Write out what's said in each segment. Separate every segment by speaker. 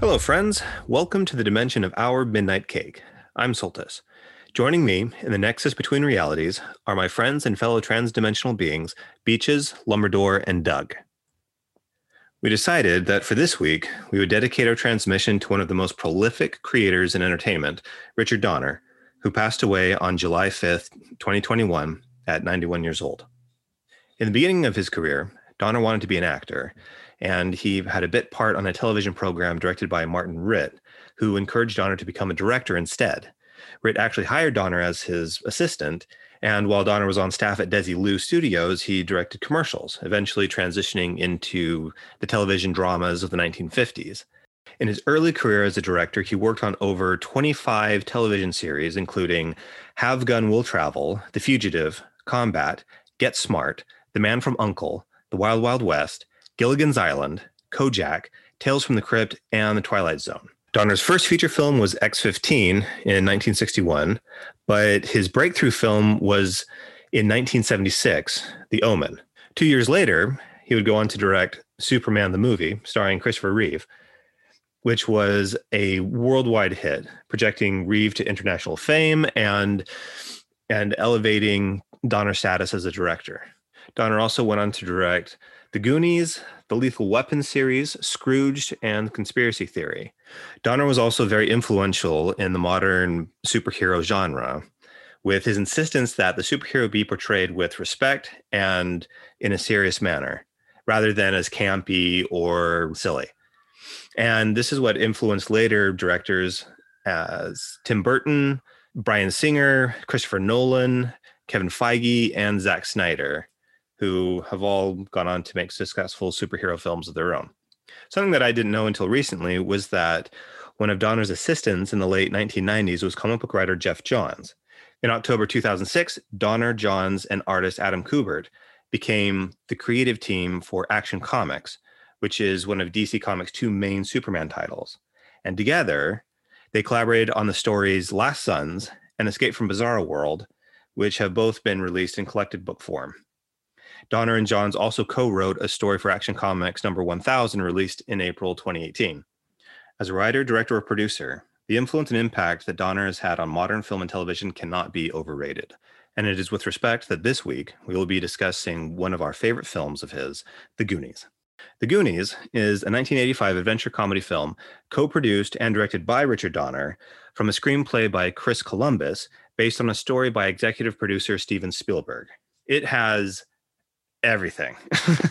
Speaker 1: Hello, friends. Welcome to the dimension of our midnight cake. I'm Soltis. Joining me in the nexus between realities are my friends and fellow transdimensional beings, Beaches, Lumberdor, and Doug. We decided that for this week, we would dedicate our transmission to one of the most prolific creators in entertainment, Richard Donner, who passed away on July 5th, 2021, at 91 years old. In the beginning of his career, Donner wanted to be an actor, and he had a bit part on a television program directed by Martin Ritt, who encouraged Donner to become a director instead. Ritt actually hired Donner as his assistant, and while Donner was on staff at Desi Lu Studios, he directed commercials, eventually transitioning into the television dramas of the 1950s. In his early career as a director, he worked on over 25 television series, including Have Gun Will Travel, The Fugitive, Combat, Get Smart, The Man from Uncle, The Wild Wild West, Gilligan's Island, Kojak, Tales from the Crypt, and The Twilight Zone. Donner's first feature film was X 15 in 1961, but his breakthrough film was in 1976, The Omen. Two years later, he would go on to direct Superman the movie, starring Christopher Reeve, which was a worldwide hit, projecting Reeve to international fame and, and elevating Donner's status as a director. Donner also went on to direct the Goonies, the Lethal Weapon series, Scrooged, and Conspiracy Theory. Donner was also very influential in the modern superhero genre, with his insistence that the superhero be portrayed with respect and in a serious manner, rather than as campy or silly. And this is what influenced later directors as Tim Burton, Brian Singer, Christopher Nolan, Kevin Feige, and Zack Snyder who have all gone on to make successful superhero films of their own. Something that I didn't know until recently was that one of Donner's assistants in the late 1990s was comic book writer Jeff Johns. In October 2006, Donner, Johns, and artist Adam Kubert became the creative team for Action Comics, which is one of DC Comics' two main Superman titles. And together, they collaborated on the stories Last Sons and Escape from Bizarro World, which have both been released in collected book form. Donner and Johns also co wrote a story for Action Comics number 1000, released in April 2018. As a writer, director, or producer, the influence and impact that Donner has had on modern film and television cannot be overrated. And it is with respect that this week we will be discussing one of our favorite films of his, The Goonies. The Goonies is a 1985 adventure comedy film co produced and directed by Richard Donner from a screenplay by Chris Columbus based on a story by executive producer Steven Spielberg. It has everything.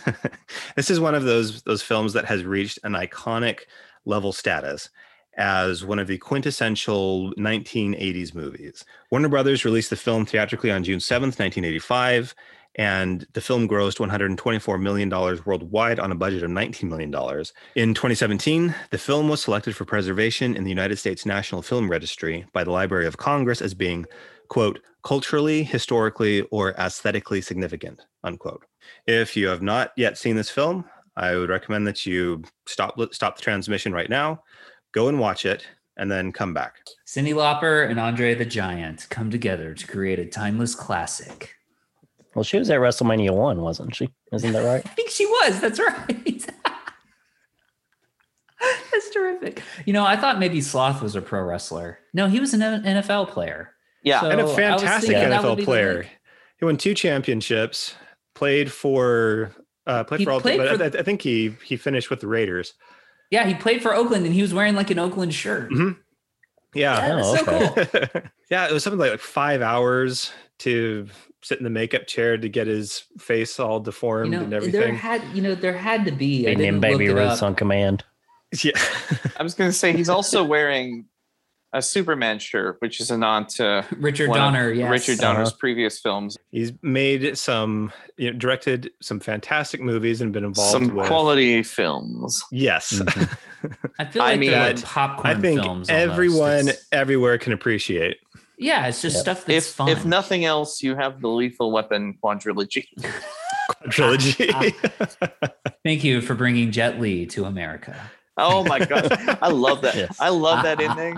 Speaker 1: this is one of those those films that has reached an iconic level status as one of the quintessential 1980s movies. Warner Brothers released the film theatrically on June 7th, 1985, and the film grossed $124 million worldwide on a budget of $19 million. In 2017, the film was selected for preservation in the United States National Film Registry by the Library of Congress as being, quote, culturally, historically, or aesthetically significant, unquote. If you have not yet seen this film, I would recommend that you stop stop the transmission right now, go and watch it, and then come back.
Speaker 2: Cindy Lauper and Andre the Giant come together to create a timeless classic.
Speaker 3: Well, she was at WrestleMania one, wasn't she? Isn't that right?
Speaker 2: I think she was. That's right. That's terrific. You know, I thought maybe Sloth was a pro wrestler. No, he was an NFL player.
Speaker 4: Yeah.
Speaker 2: So
Speaker 1: and a
Speaker 2: I was
Speaker 1: fantastic
Speaker 2: thinking that would be
Speaker 1: NFL
Speaker 2: the
Speaker 1: player.
Speaker 2: link.
Speaker 1: He won two championships, played for uh, played
Speaker 2: He
Speaker 1: for all
Speaker 2: played
Speaker 1: but
Speaker 2: for-
Speaker 1: I, I think he he finished with the Raiders.
Speaker 2: Yeah, he played for Oakland and he was wearing like an Oakland shirt.
Speaker 1: Mhm. Yeah.
Speaker 2: That
Speaker 1: Oh,
Speaker 2: was so
Speaker 3: okay.
Speaker 2: cool.
Speaker 1: yeah, it was something like, like 5 hours to sit in the makeup chair to get his face all
Speaker 2: You
Speaker 1: deformed
Speaker 2: know,
Speaker 1: and
Speaker 2: there
Speaker 1: everything.
Speaker 2: had you know there had to be. I
Speaker 3: They
Speaker 2: didn't
Speaker 3: named Baby
Speaker 2: look it
Speaker 3: Ruth
Speaker 2: up.
Speaker 3: on command.
Speaker 1: yeah.
Speaker 4: I was going to say he's also wearing a Superman shirt, which is a nod to
Speaker 2: Richard
Speaker 4: one of
Speaker 2: Donner. Yes.
Speaker 4: Richard Donner's previous films.
Speaker 1: He's made some you know, directed some fantastic movies and been involved
Speaker 4: Some
Speaker 1: with
Speaker 4: quality films.
Speaker 1: Yes.
Speaker 3: Mhm.
Speaker 2: I feel
Speaker 4: I
Speaker 2: like
Speaker 4: mean,
Speaker 2: they're
Speaker 1: that-
Speaker 2: like popcorn
Speaker 1: I think
Speaker 2: films. almost.
Speaker 1: everyone
Speaker 2: It's-
Speaker 1: everywhere can appreciate.
Speaker 2: yeah, it's just
Speaker 3: Yeah.
Speaker 2: stuff that's
Speaker 4: If
Speaker 2: fun.
Speaker 4: if nothing else, you have the Lethal Weapon quadrilogy.
Speaker 1: trilogy.
Speaker 2: Thank you for bringing Jet Li to America.
Speaker 4: Oh my gosh. I love that.
Speaker 3: Yes.
Speaker 4: I love that ending.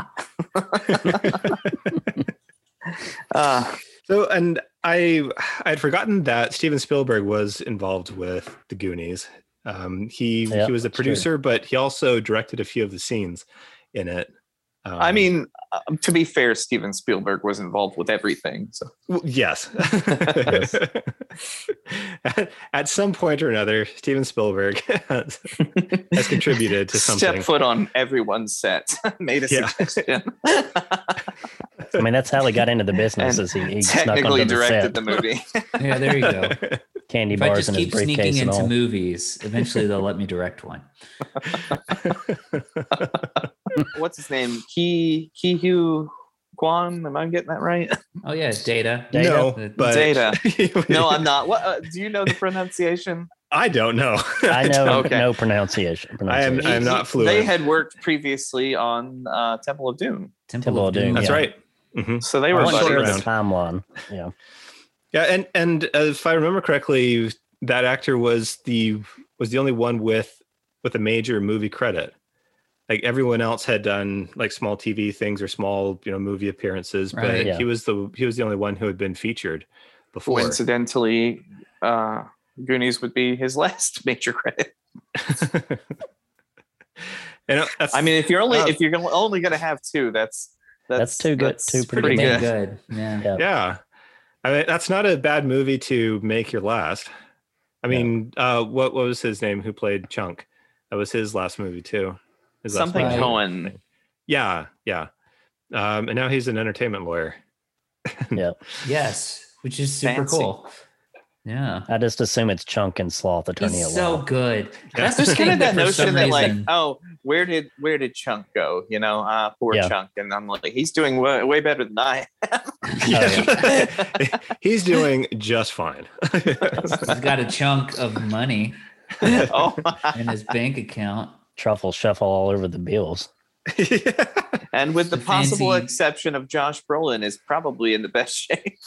Speaker 4: uh,
Speaker 1: So, and I I had forgotten that Steven Spielberg was involved with the Goonies. Um, he
Speaker 3: Yeah,
Speaker 1: he was a
Speaker 3: true.
Speaker 1: producer, but he also directed a few of the scenes in it. Um,
Speaker 4: I mean, uh, to be fair, Steven Spielberg was involved with everything. So
Speaker 1: w- yes.
Speaker 3: Yes.
Speaker 1: at, at some point or another, Steven Spielberg has, has contributed to something.
Speaker 4: step foot on everyone's set. Made a
Speaker 1: Yeah.
Speaker 4: suggestion.
Speaker 3: I mean, that's how they got into the business. Is he, he snuck
Speaker 4: Technically
Speaker 3: onto the
Speaker 4: directed
Speaker 3: set,
Speaker 4: the movie.
Speaker 2: Yeah, there you go.
Speaker 3: candy
Speaker 2: If I
Speaker 3: bars
Speaker 2: just
Speaker 3: in his
Speaker 2: keep sneaking
Speaker 3: briefcase and
Speaker 2: into
Speaker 3: all.
Speaker 2: movies, eventually they'll let me direct one.
Speaker 4: What's his name? Ki Ki Hu Guan. Am I getting that right?
Speaker 2: Oh yeah, data.
Speaker 3: Data?
Speaker 1: No, but
Speaker 4: Data. No, I'm not. What? Uh, do you know the pronunciation?
Speaker 1: I don't know.
Speaker 3: I know
Speaker 4: Okay.
Speaker 3: no pronunciation.
Speaker 1: I am-
Speaker 3: pronunciation.
Speaker 1: I am not
Speaker 4: They
Speaker 1: fluent.
Speaker 4: had worked previously on uh, Temple of Doom,
Speaker 2: Temple,
Speaker 3: Temple
Speaker 2: of
Speaker 3: of Doom,
Speaker 2: Doom.
Speaker 1: That's
Speaker 3: Yeah.
Speaker 1: right. Mhm.
Speaker 4: so they
Speaker 3: I
Speaker 4: were
Speaker 1: One
Speaker 3: wasn't sure of
Speaker 4: buddies.
Speaker 1: around.
Speaker 3: the timeline. Yeah.
Speaker 1: Yeah, and and if I remember correctly, that actor was the was the only one with with a major movie credit. Like everyone else had done like small TV things or small you know movie appearances, but
Speaker 2: Right.
Speaker 3: Yeah.
Speaker 1: he was the he was the only one who had been featured before.
Speaker 4: Coincidentally, uh, Goonies would be his last major credit.
Speaker 1: and uh, that's,
Speaker 4: I mean, if you're only
Speaker 1: Uh,
Speaker 4: if you're gonna, only going to have two, that's that's,
Speaker 3: That's too good- too pretty
Speaker 2: Pretty
Speaker 3: good.
Speaker 2: good. Yeah.
Speaker 3: Yeah.
Speaker 1: yeah, I mean that's not a bad movie to make your last. I
Speaker 3: No.
Speaker 1: mean, uh, what what was his name? Who played Chunk? That was his last movie too. His last
Speaker 4: Something
Speaker 1: movie.
Speaker 2: Right.
Speaker 4: Cohen.
Speaker 1: Yeah, yeah. Um, and now he's an entertainment lawyer.
Speaker 2: Yes, which is super
Speaker 4: Fancy.
Speaker 2: cool. Yeah.
Speaker 3: I just assume it's Chunk and Sloth attorney at
Speaker 2: He's so
Speaker 3: law.
Speaker 2: good. That's
Speaker 4: There's
Speaker 2: the
Speaker 4: kind of
Speaker 2: thing
Speaker 4: that
Speaker 2: for some
Speaker 4: notion that like,
Speaker 2: reason-
Speaker 4: oh, where did where did Chunk go? You know, uh, poor
Speaker 3: Yeah.
Speaker 4: Chunk, and I'm like, he's doing way, way better than I.
Speaker 2: Oh,
Speaker 1: he's doing just fine.
Speaker 2: he's got a chunk of money
Speaker 4: oh,
Speaker 2: in his bank account.
Speaker 3: Truffle shuffle all over the bills.
Speaker 4: and with the
Speaker 2: The
Speaker 4: possible
Speaker 2: fancy-
Speaker 4: exception of Josh Brolin, is probably in the best shape.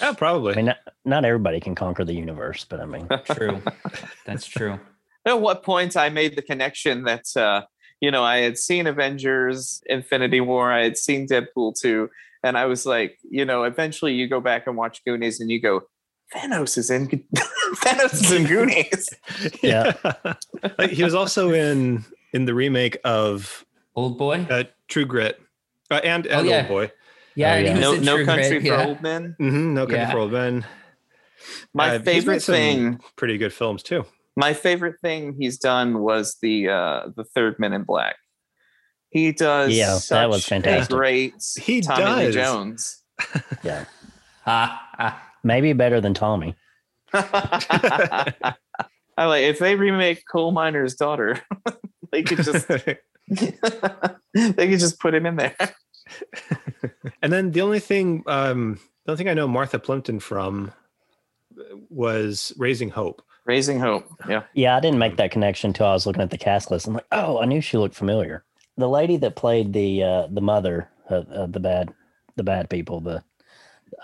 Speaker 1: yeah,
Speaker 3: I
Speaker 1: probably.
Speaker 3: mean, not, not everybody can conquer the universe, but I mean,
Speaker 2: True. That's true.
Speaker 4: at what point I made the connection that uh, you know I had seen Avengers: Infinity War, I had seen Deadpool two, and I was like, you know, eventually you go back and watch Goonies, and you go, Thanos is in Thanos is in Goonies.
Speaker 3: Yeah.
Speaker 1: Like, he was also in in the remake of
Speaker 2: Old boy.
Speaker 1: uh, True Grit uh, and, and
Speaker 2: Oh, yeah.
Speaker 1: Old Boy.
Speaker 2: Yeah.
Speaker 3: Oh,
Speaker 2: and he
Speaker 3: yeah.
Speaker 2: was
Speaker 4: No,
Speaker 2: in
Speaker 4: no
Speaker 2: True
Speaker 4: country
Speaker 2: Grit,
Speaker 4: for
Speaker 2: yeah.
Speaker 4: old men.
Speaker 1: hmm no Country
Speaker 2: Yeah.
Speaker 1: for Old Men. Uh,
Speaker 4: My
Speaker 1: he's made
Speaker 4: favorite
Speaker 1: some-
Speaker 4: thing,
Speaker 1: Pretty good films too.
Speaker 4: my favorite thing he's done was the uh, the third Men in Black. He does
Speaker 3: Yeah, that
Speaker 4: such
Speaker 3: was
Speaker 4: a
Speaker 3: fantastic.
Speaker 4: great
Speaker 1: He
Speaker 4: Tommy Lee
Speaker 1: does.
Speaker 4: Jones.
Speaker 3: yeah.
Speaker 2: Ha, ha.
Speaker 3: Maybe better than Tommy.
Speaker 4: I like if they remake Coal Miner's Daughter, they could just they could just put him in there.
Speaker 1: And then the only thing, um, the only thing I know Martha Plimpton from uh, was Raising Hope.
Speaker 4: Raising Hope. Yeah.
Speaker 3: Yeah, I didn't make that connection until I was looking at the cast list. I'm like, oh, I knew she looked familiar. The lady that played the uh, the mother of, of the bad the bad people, the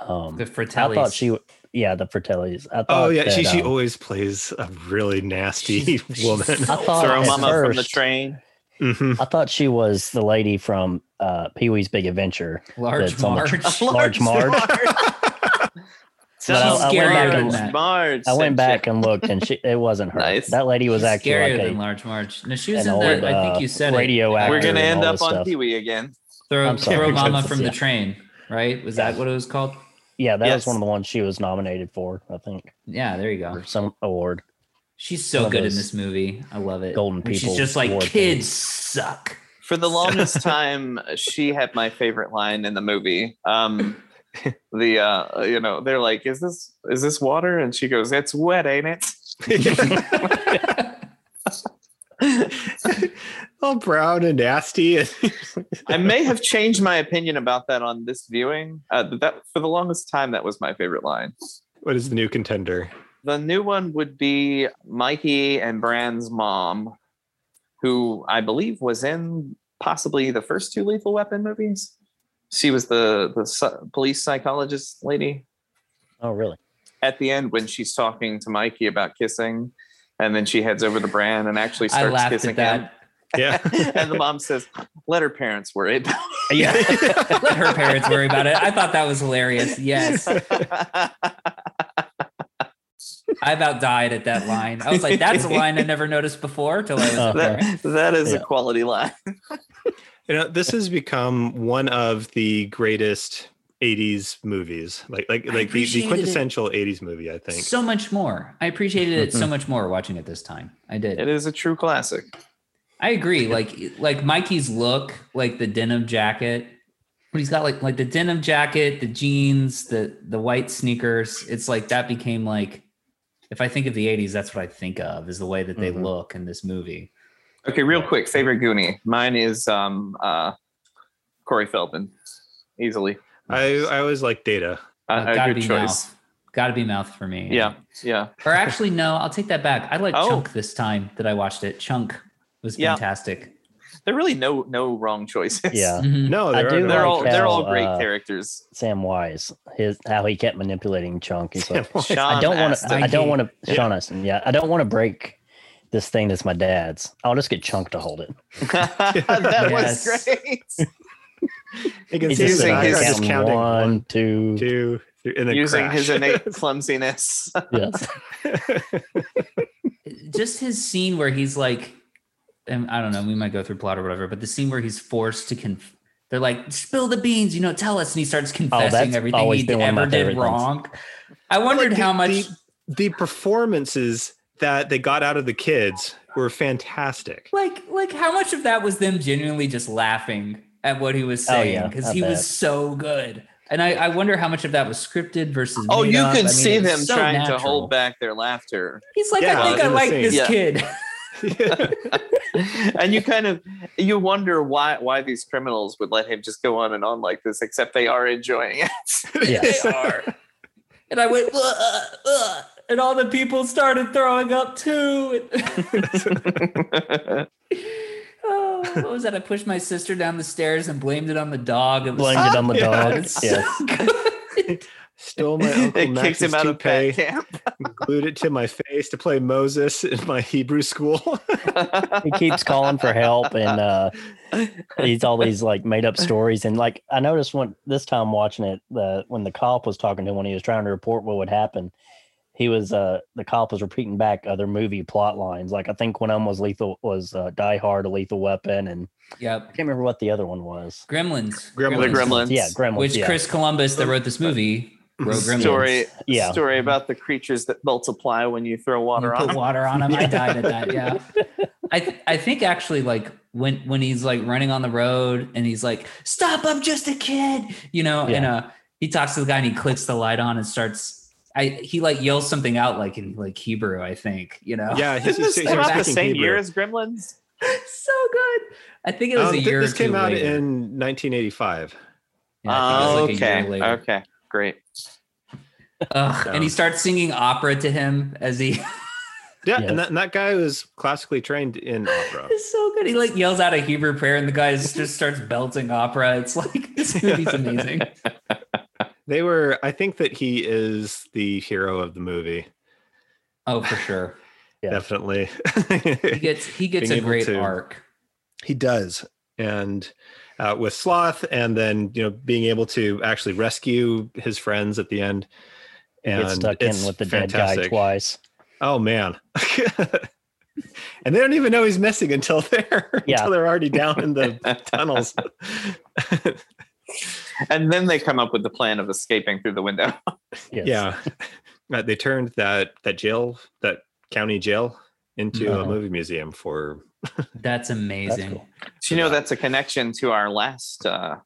Speaker 3: um,
Speaker 2: The
Speaker 3: I
Speaker 2: Fratellis.
Speaker 3: thought she, w- yeah, the Fratellis. I thought
Speaker 1: Oh yeah, she
Speaker 3: that,
Speaker 1: she
Speaker 3: um,
Speaker 1: always plays a really nasty
Speaker 2: She's- she's
Speaker 1: woman.
Speaker 2: so-
Speaker 3: I thought
Speaker 4: Throw
Speaker 3: Oh, at
Speaker 4: Mama from the
Speaker 3: first-
Speaker 4: train.
Speaker 1: Mhm.
Speaker 3: I thought she was the lady from uh, Pee Wee's Big Adventure,
Speaker 2: large
Speaker 3: that's on the
Speaker 2: Marge.
Speaker 3: tr- Large Marge.
Speaker 4: So
Speaker 3: I- I went back
Speaker 4: Large
Speaker 3: and-
Speaker 4: Marge.
Speaker 3: I went
Speaker 4: sent
Speaker 3: back
Speaker 4: you.
Speaker 3: and looked, and she it wasn't her.
Speaker 4: Nice.
Speaker 3: That lady was
Speaker 2: She's
Speaker 3: actually
Speaker 2: scarier
Speaker 3: like
Speaker 2: than
Speaker 3: a,
Speaker 2: Large Marge. No, she was
Speaker 3: an
Speaker 2: in there.
Speaker 3: old,
Speaker 2: I
Speaker 3: uh,
Speaker 2: think you said it.
Speaker 3: radio actor.
Speaker 4: We're gonna
Speaker 3: and
Speaker 4: end
Speaker 3: all
Speaker 4: up
Speaker 3: this
Speaker 4: on
Speaker 3: stuff.
Speaker 4: Pee Wee again.
Speaker 2: Throw,
Speaker 3: I'm sorry.
Speaker 2: throw Mama
Speaker 3: That's-
Speaker 2: from the
Speaker 3: yeah.
Speaker 2: train, right? Was that what it was called?
Speaker 3: Yeah, that
Speaker 4: Yes.
Speaker 3: was one of the ones she was nominated for, I think,
Speaker 2: Yeah, there you go.
Speaker 3: for some award.
Speaker 2: She's so
Speaker 3: One of
Speaker 2: good in
Speaker 3: those
Speaker 2: this movie. I love it.
Speaker 3: Golden
Speaker 2: When
Speaker 3: People
Speaker 2: She's just like
Speaker 3: Award
Speaker 2: kids
Speaker 3: thing."
Speaker 2: suck.
Speaker 4: For the longest time, she had my favorite line in the movie. Um, the uh, you know, they're like, "Is this is this water?" And she goes, "It's wet, ain't it?"
Speaker 1: Mm-hmm. All brown and nasty. and-
Speaker 4: I may have changed my opinion about that on this viewing. Uh, but that for the longest time, that was my favorite line.
Speaker 1: what is the new contender?
Speaker 4: The new one would be Mikey and Bran's mom, who I believe was in possibly the first two Lethal Weapon movies. She was the the psy- police psychologist lady
Speaker 3: Oh, really?
Speaker 4: at the end when she's talking to Mikey about kissing, and then she heads over to Bran and actually
Speaker 2: I
Speaker 4: starts
Speaker 2: laughed
Speaker 4: kissing
Speaker 2: at
Speaker 4: him.
Speaker 2: that.
Speaker 1: Yeah.
Speaker 4: and the mom says, "Let her parents worry about
Speaker 3: Yeah.
Speaker 2: Let her parents worry about it. I thought that was hilarious. Yes.
Speaker 4: it."
Speaker 2: I about died at that line. I was like, that's a line I never noticed before till I was
Speaker 3: Oh.
Speaker 2: up there.
Speaker 4: that, that is
Speaker 3: Yeah.
Speaker 4: a quality line.
Speaker 1: You know, this has become one of the greatest 80s movies. Like like like
Speaker 2: I
Speaker 1: the,
Speaker 2: appreciated
Speaker 1: the
Speaker 2: it.
Speaker 1: quintessential 80s movie, I think.
Speaker 2: So much more. I appreciated it so much more watching it this time. I did.
Speaker 4: It is a true classic.
Speaker 2: I agree. Like like Mikey's look, like the denim jacket. But he's got like like the denim jacket, the jeans, the the white sneakers. It's like that became like if I think of the 80s, that's what I think of is the way that they
Speaker 4: Mm-hmm.
Speaker 1: Mhm.
Speaker 2: look in this movie.
Speaker 4: Okay, real quick, favorite Goonie. Mine is um uh Corey Feldman, easily.
Speaker 1: I, I always like data.
Speaker 4: Uh,
Speaker 2: Uh,
Speaker 4: a
Speaker 2: gotta
Speaker 4: good
Speaker 2: be
Speaker 4: choice.
Speaker 2: mouth. Gotta be mouth for me.
Speaker 4: Yeah, yeah.
Speaker 2: Or actually, no, I'll take that back. I like
Speaker 4: Oh.
Speaker 2: Chunk this time that I watched it. Chunk was
Speaker 4: Yeah.
Speaker 2: fantastic.
Speaker 4: There are really no no wrong choices.
Speaker 3: Yeah.
Speaker 2: Mhm.
Speaker 1: No,
Speaker 3: I
Speaker 1: there are
Speaker 3: do
Speaker 1: no-
Speaker 4: They're all they're all
Speaker 3: Cal,
Speaker 4: great
Speaker 3: uh,
Speaker 4: characters.
Speaker 3: Sam Wise, his how he kept manipulating Chunk. He's like,
Speaker 1: Wise.
Speaker 4: Sean
Speaker 3: I don't want to.
Speaker 4: Astin.
Speaker 2: Astin.
Speaker 3: I don't want to.
Speaker 1: Yeah.
Speaker 3: Sean Astin, Yeah, I don't want to break this thing that's my dad's. I'll just get Chunk to hold it.
Speaker 4: that
Speaker 2: Yes.
Speaker 4: was great.
Speaker 1: You can
Speaker 3: He's
Speaker 1: see the
Speaker 3: just,
Speaker 4: Using
Speaker 3: sitting there
Speaker 4: his-
Speaker 1: eyes just
Speaker 3: counting
Speaker 1: counting
Speaker 3: one,
Speaker 1: one,
Speaker 3: two.
Speaker 1: two, three, and then
Speaker 4: Using
Speaker 1: crash.
Speaker 4: his innate clumsiness.
Speaker 3: Yes.
Speaker 2: Just his scene where he's like, and I don't know, we might go through plot or whatever, but the scene where he's forced to conf- they're like, spill the beans, you know, tell us, and he starts confessing
Speaker 3: Oh, that's
Speaker 2: everything
Speaker 3: always
Speaker 2: he
Speaker 3: been one of my
Speaker 2: ever did
Speaker 3: favorite things.
Speaker 2: wrong. I wondered
Speaker 1: Like, the-
Speaker 2: how much.
Speaker 1: the, the performances that they got out of the kids were fantastic.
Speaker 2: like like how much of that was them genuinely just laughing at what he was
Speaker 3: Oh,
Speaker 2: saying
Speaker 3: yeah,
Speaker 2: because
Speaker 3: I
Speaker 2: he
Speaker 3: bet.
Speaker 2: was so good and I, I wonder how much of that was scripted versus
Speaker 4: Oh,
Speaker 2: made
Speaker 4: you
Speaker 2: up.
Speaker 4: can
Speaker 2: I mean,
Speaker 4: see
Speaker 2: it's
Speaker 4: them
Speaker 2: so
Speaker 4: trying
Speaker 2: natural.
Speaker 4: to hold back their laughter.
Speaker 2: he's like
Speaker 1: Yeah,
Speaker 2: i think
Speaker 1: in
Speaker 2: i
Speaker 1: the
Speaker 2: like
Speaker 1: scene.
Speaker 2: this
Speaker 4: Yeah.
Speaker 2: kid
Speaker 4: and you kind of you wonder why why these criminals would let him just go on and on like this, except they are enjoying it.
Speaker 3: Yes.
Speaker 2: they are and i went "Ugh, ugh," and all the people started throwing up too oh what was that i pushed my sister down the stairs and blamed it on the dog it was
Speaker 3: Blamed it on the
Speaker 1: Yeah.
Speaker 3: dog.
Speaker 2: it's
Speaker 3: Yeah.
Speaker 2: so good.
Speaker 1: Stole my uncle
Speaker 4: it
Speaker 1: Max's
Speaker 4: kicked him out of
Speaker 1: toupee,
Speaker 4: bat camp.
Speaker 1: glued it to my face to play Moses in my Hebrew school.
Speaker 3: he keeps calling for help and uh he's all these like made up stories and like i noticed when this time watching it uh, when the cop was talking to him when he was trying to report what would happen he was uh the cop was repeating back other movie plot lines like i think one of them was lethal was uh, die hard a lethal weapon and i
Speaker 2: yep
Speaker 3: can't remember what the other one was
Speaker 2: gremlins
Speaker 1: Gremlins.
Speaker 4: the gremlins.
Speaker 3: yeah gremlins
Speaker 2: which
Speaker 3: yeah.
Speaker 2: Chris Columbus that wrote this movie wrote Gremlins.
Speaker 4: Story,
Speaker 3: Yeah.
Speaker 4: story about the creatures that multiply when you throw
Speaker 2: You
Speaker 4: water on
Speaker 2: put
Speaker 4: them.
Speaker 2: water on him. I died at that. Yeah. I th- I think actually like when when he's like running on the road and he's like, "Stop! I'm just a kid," you know. And uh, he talks to the guy and he clicks the light on and starts. I he like yells something out like in like Hebrew, I think. You know.
Speaker 1: yeah, he's,
Speaker 4: Isn't
Speaker 1: he's,
Speaker 4: this
Speaker 1: he's
Speaker 4: about the
Speaker 1: speaking
Speaker 4: same
Speaker 1: Hebrew.
Speaker 4: year as Gremlins?
Speaker 2: so good. I think it was
Speaker 1: Um,
Speaker 2: a
Speaker 1: thi-
Speaker 2: year.
Speaker 1: this
Speaker 2: or
Speaker 1: came
Speaker 2: two
Speaker 1: out
Speaker 2: later.
Speaker 1: in 1985.
Speaker 2: Yeah, I think it was, like, a year
Speaker 4: Oh, okay,
Speaker 2: later.
Speaker 4: okay, great.
Speaker 2: Ugh, And he starts singing opera to him as he
Speaker 1: Yeah,
Speaker 3: Yes.
Speaker 1: and, that, and that guy was classically trained in opera.
Speaker 2: It's so good. He like yells out a Hebrew prayer, and the guy is- just starts belting opera. It's like this movie's amazing.
Speaker 1: They were. I think that he is the hero of the movie.
Speaker 2: Oh, for sure.
Speaker 3: Yeah.
Speaker 1: Definitely.
Speaker 2: He gets he gets
Speaker 1: Being
Speaker 2: a
Speaker 1: able
Speaker 2: great
Speaker 1: to-
Speaker 2: arc.
Speaker 1: He does. And uh, with Sloth, and then you know being able to actually rescue his friends at the end, and
Speaker 3: Gets stuck
Speaker 1: it's
Speaker 3: in with the dead guy
Speaker 1: fantastic.
Speaker 3: twice.
Speaker 1: Oh man! and they don't even know he's missing until they're
Speaker 3: Yeah.
Speaker 1: until they're already down in the tunnels.
Speaker 4: And then they come up with the plan of escaping through the window.
Speaker 3: Yes.
Speaker 1: Yeah, Uh, they turned that that jail, that county jail, into a
Speaker 3: Mhm.
Speaker 1: movie museum for
Speaker 2: That's amazing.
Speaker 3: cool.
Speaker 4: Do you know that's a connection to our last uh,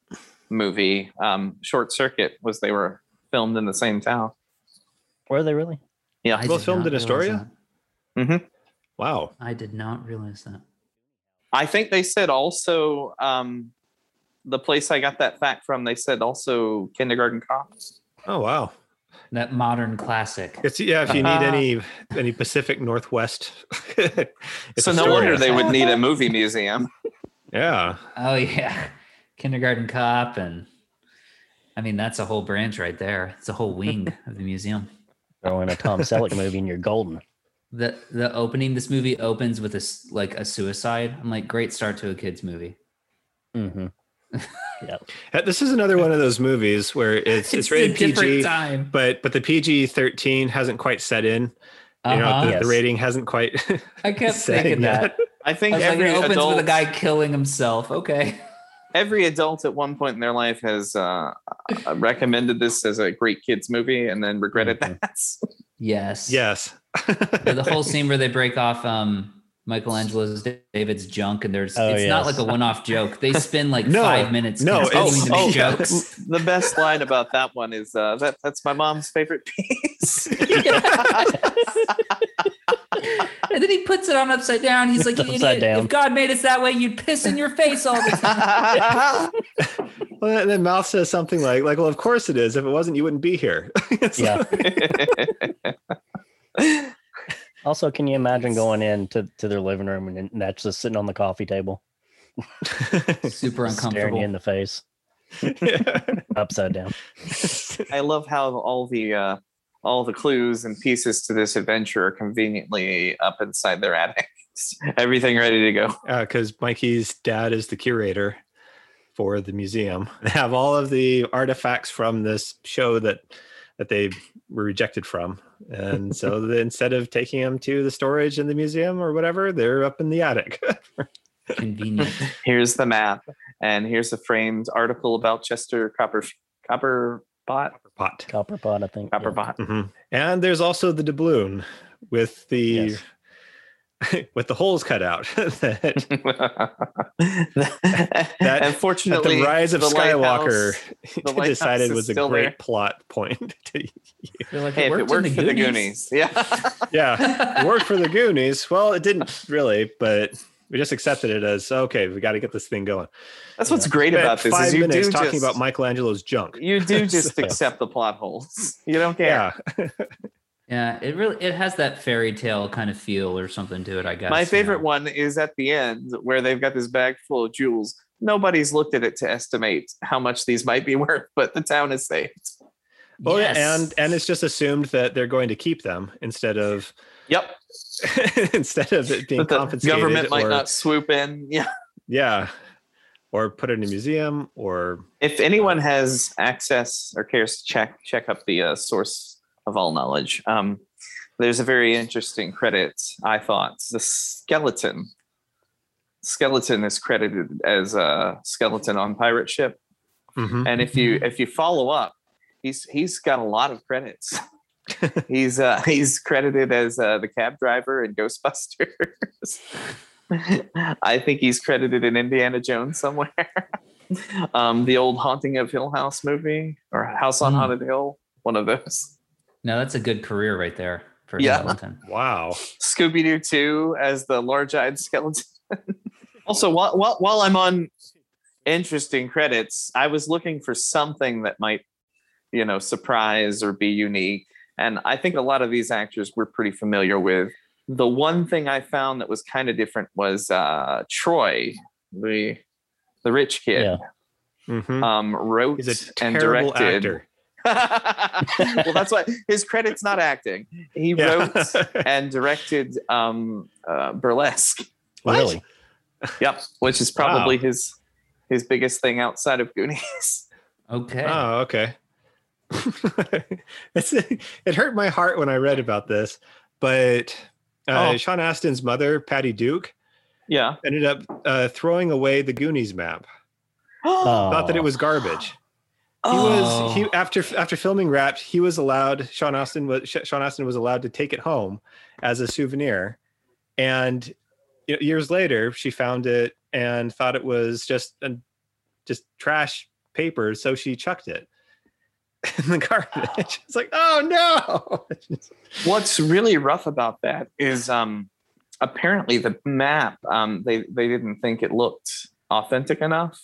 Speaker 4: movie, um, Short Circuit, was they were filmed in the same town.
Speaker 3: were they really
Speaker 4: Yeah.
Speaker 2: I did
Speaker 1: Both filmed in
Speaker 2: not realize
Speaker 1: Astoria?
Speaker 2: that.
Speaker 1: wow.
Speaker 2: I did not realize that.
Speaker 4: I think they said also um, the place I got that fact from. They said also Kindergarten Cop.
Speaker 1: Oh wow.
Speaker 2: That modern classic.
Speaker 1: It's yeah. If you need any any Pacific Northwest, it's
Speaker 4: so no
Speaker 1: Astoria.
Speaker 4: wonder they would need a movie museum.
Speaker 1: Yeah,
Speaker 2: Oh yeah, Kindergarten Cop, and I mean that's a whole branch right there. It's a whole wing of the museum.
Speaker 3: throw in a tom selleck movie and you're golden
Speaker 2: the the opening this movie opens with a s- like a suicide i'm like great start to a kids movie
Speaker 3: Mm-hmm.
Speaker 1: Uh, This is another one of those movies where it's it's,
Speaker 2: a
Speaker 1: rated
Speaker 2: different
Speaker 1: PG,
Speaker 2: time
Speaker 1: but but the PG thirteen hasn't quite set in. You know,
Speaker 2: Uh-huh.
Speaker 1: the, the
Speaker 3: Yes.
Speaker 1: rating hasn't quite
Speaker 2: i kept
Speaker 1: set
Speaker 2: thinking that
Speaker 1: yet.
Speaker 4: I
Speaker 2: I
Speaker 4: think
Speaker 2: was like,
Speaker 4: every
Speaker 2: it opens
Speaker 4: adult,
Speaker 2: with a guy killing himself. Okay.
Speaker 4: every adult at one point in their life has uh, uh, recommended this as a great kids movie and then regretted
Speaker 1: Mm-hmm.
Speaker 3: Mhm.
Speaker 4: that.
Speaker 2: Yes.
Speaker 1: Yes.
Speaker 2: the whole scene where they break off um Michelangelo's David's junk and there's
Speaker 3: Oh,
Speaker 2: it's not like
Speaker 3: yes.
Speaker 2: a one-off joke. They spend like
Speaker 1: No,
Speaker 2: five minutes
Speaker 1: no,
Speaker 2: continuing
Speaker 1: it's-
Speaker 2: to make
Speaker 4: oh,
Speaker 2: jokes.
Speaker 4: the best line about that one is uh, that that's my mom's favorite piece.
Speaker 2: And then he puts it on upside down. He's like,
Speaker 3: It's
Speaker 2: "You
Speaker 3: upside
Speaker 2: idiot,
Speaker 3: down.
Speaker 2: if God made us that way, you'd piss in your face all the time.
Speaker 1: Well, and then Mouth says something like, like, well, of course it is. If it wasn't, you wouldn't be here. It's
Speaker 3: Yeah.
Speaker 1: like-
Speaker 3: Also, can you imagine going in to, to their living room and, and that's just sitting on the coffee table,
Speaker 2: Super
Speaker 3: staring you in
Speaker 2: uncomfortable.
Speaker 3: the face,
Speaker 1: yeah.
Speaker 3: upside down?
Speaker 4: I love how all the uh, all the clues and pieces to this adventure are conveniently up inside their attic. Everything ready to go.
Speaker 1: because Uh, Mikey's dad is the curator for the museum. They have all of the artifacts from this show that that they were rejected from, and so the, instead of taking them to the storage in the museum or whatever, they're up in the attic.
Speaker 2: Convenient.
Speaker 4: Here's the map, and here's a framed article about Chester Copper Copper Pot
Speaker 1: Pot.
Speaker 3: Copper pot, I think.
Speaker 4: Copper
Speaker 3: yeah.
Speaker 4: Pot.
Speaker 1: Mhm. And there's also the doubloon with the with the holes cut out. that
Speaker 4: that,
Speaker 1: that
Speaker 4: Unfortunately,
Speaker 1: the rise of
Speaker 4: the
Speaker 1: Skywalker
Speaker 4: lighthouse- the lighthouse
Speaker 1: decided
Speaker 4: is
Speaker 1: was a
Speaker 4: still
Speaker 1: great
Speaker 4: there.
Speaker 1: plot point. to-
Speaker 2: They're like,
Speaker 4: Hey, if it
Speaker 2: in
Speaker 4: worked for the Goonies, yeah.
Speaker 1: yeah. it worked for the Goonies. Well, it didn't really, but we just accepted it as okay. We got to get this thing going.
Speaker 4: That's what's great about
Speaker 1: Spent
Speaker 4: this
Speaker 1: five
Speaker 4: is you
Speaker 1: minutes
Speaker 4: do
Speaker 1: talking
Speaker 4: just,
Speaker 1: about Michelangelo's junk.
Speaker 4: you do just
Speaker 1: So-
Speaker 4: accept the plot holes. You don't care.
Speaker 1: Yeah,
Speaker 2: yeah, it really it has that fairy tale kind of feel or something to it, I guess.
Speaker 4: My
Speaker 2: you
Speaker 4: favorite
Speaker 2: know.
Speaker 4: one is at the end where they've got this bag full of jewels. Nobody's looked at it to estimate how much these might be worth, but the town is saved.
Speaker 1: Well, Oh, yeah,
Speaker 2: Yes.
Speaker 1: and and it's just assumed that they're going to keep them instead of
Speaker 4: Yep.
Speaker 1: instead of it being
Speaker 4: That the
Speaker 1: confiscated.
Speaker 4: government might
Speaker 1: or,
Speaker 4: not swoop in. Yeah.
Speaker 1: Yeah, or put it in a museum or
Speaker 4: If anyone has access or cares to check check up the uh, source of all knowledge, um, there's a very interesting credit. I thought the skeleton. Skeleton is credited as a skeleton on pirate ship.
Speaker 1: Mhm.
Speaker 4: and if you if you follow up he's he's got a lot of credits he's uh he's credited as uh, the cab driver in ghostbusters i think he's credited in indiana jones somewhere um the old haunting of hill house movie or house on
Speaker 2: Hmm.
Speaker 4: haunted hill one of those
Speaker 2: No, that's a good career right there for
Speaker 4: Yeah.
Speaker 2: Hamilton.
Speaker 1: wow.
Speaker 4: scooby-doo 2 as the large-eyed skeleton also while, while, while i'm on interesting credits i was looking for something that might you know surprise or be unique and i think a lot of these actors we're pretty familiar with the one thing i found that was kind of different was uh troy the the rich kid
Speaker 1: Mhm.
Speaker 4: um wrote
Speaker 1: He's a
Speaker 4: and
Speaker 1: terrible
Speaker 4: directed
Speaker 1: actor.
Speaker 4: well that's why his credit's not acting he
Speaker 1: Yeah.
Speaker 4: wrote and directed um uh, burlesque
Speaker 1: What?
Speaker 3: Really?
Speaker 4: Yep, which is probably his his biggest thing outside of Goonies.
Speaker 2: Okay.
Speaker 1: Oh, okay. it's, it hurt my heart when I read about this, but uh,
Speaker 4: Oh.
Speaker 1: Sean Astin's mother, Patty Duke,
Speaker 4: yeah.
Speaker 1: ended up uh, throwing away the Goonies map.
Speaker 3: Oh,
Speaker 1: Thought that it
Speaker 3: Aw.
Speaker 1: was garbage. He
Speaker 2: Oh.
Speaker 1: was he after after filming Wrapped, he was allowed Sean Austin was Sh- Sean Austin was allowed to take it home as a souvenir, and you know, years later she found it and thought it was just an just trash paper, so she chucked it in the garbage. It's like, oh no!
Speaker 4: What's really rough about that is um apparently the map um they they didn't think it looked authentic enough.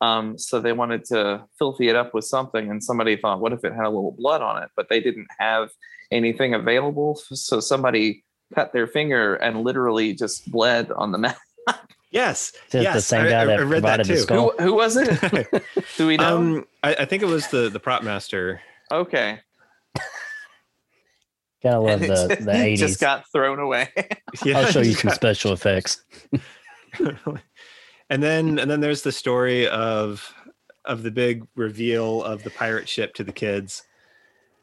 Speaker 4: Um so they wanted to filthy it up with something and somebody thought what if it had a little blood on it but they didn't have anything available so somebody cut their finger and literally just bled on the map.
Speaker 1: yes,
Speaker 3: Is it the
Speaker 1: Yes,
Speaker 3: same
Speaker 1: I-
Speaker 3: guy
Speaker 1: I-
Speaker 3: that
Speaker 1: I read that
Speaker 3: provided the
Speaker 1: too.
Speaker 4: Who,
Speaker 3: skull?
Speaker 4: who was it? Do we know?
Speaker 3: Um,
Speaker 1: um, I, I think it was the the prop master.
Speaker 4: okay.
Speaker 3: Kind of love
Speaker 4: And
Speaker 3: the,
Speaker 4: it
Speaker 3: the 80s.
Speaker 4: just got thrown away.
Speaker 1: Yeah,
Speaker 3: I'll show you
Speaker 1: just
Speaker 3: some special effects.
Speaker 1: and then and then there's the story of of the big reveal of the pirate ship to the kids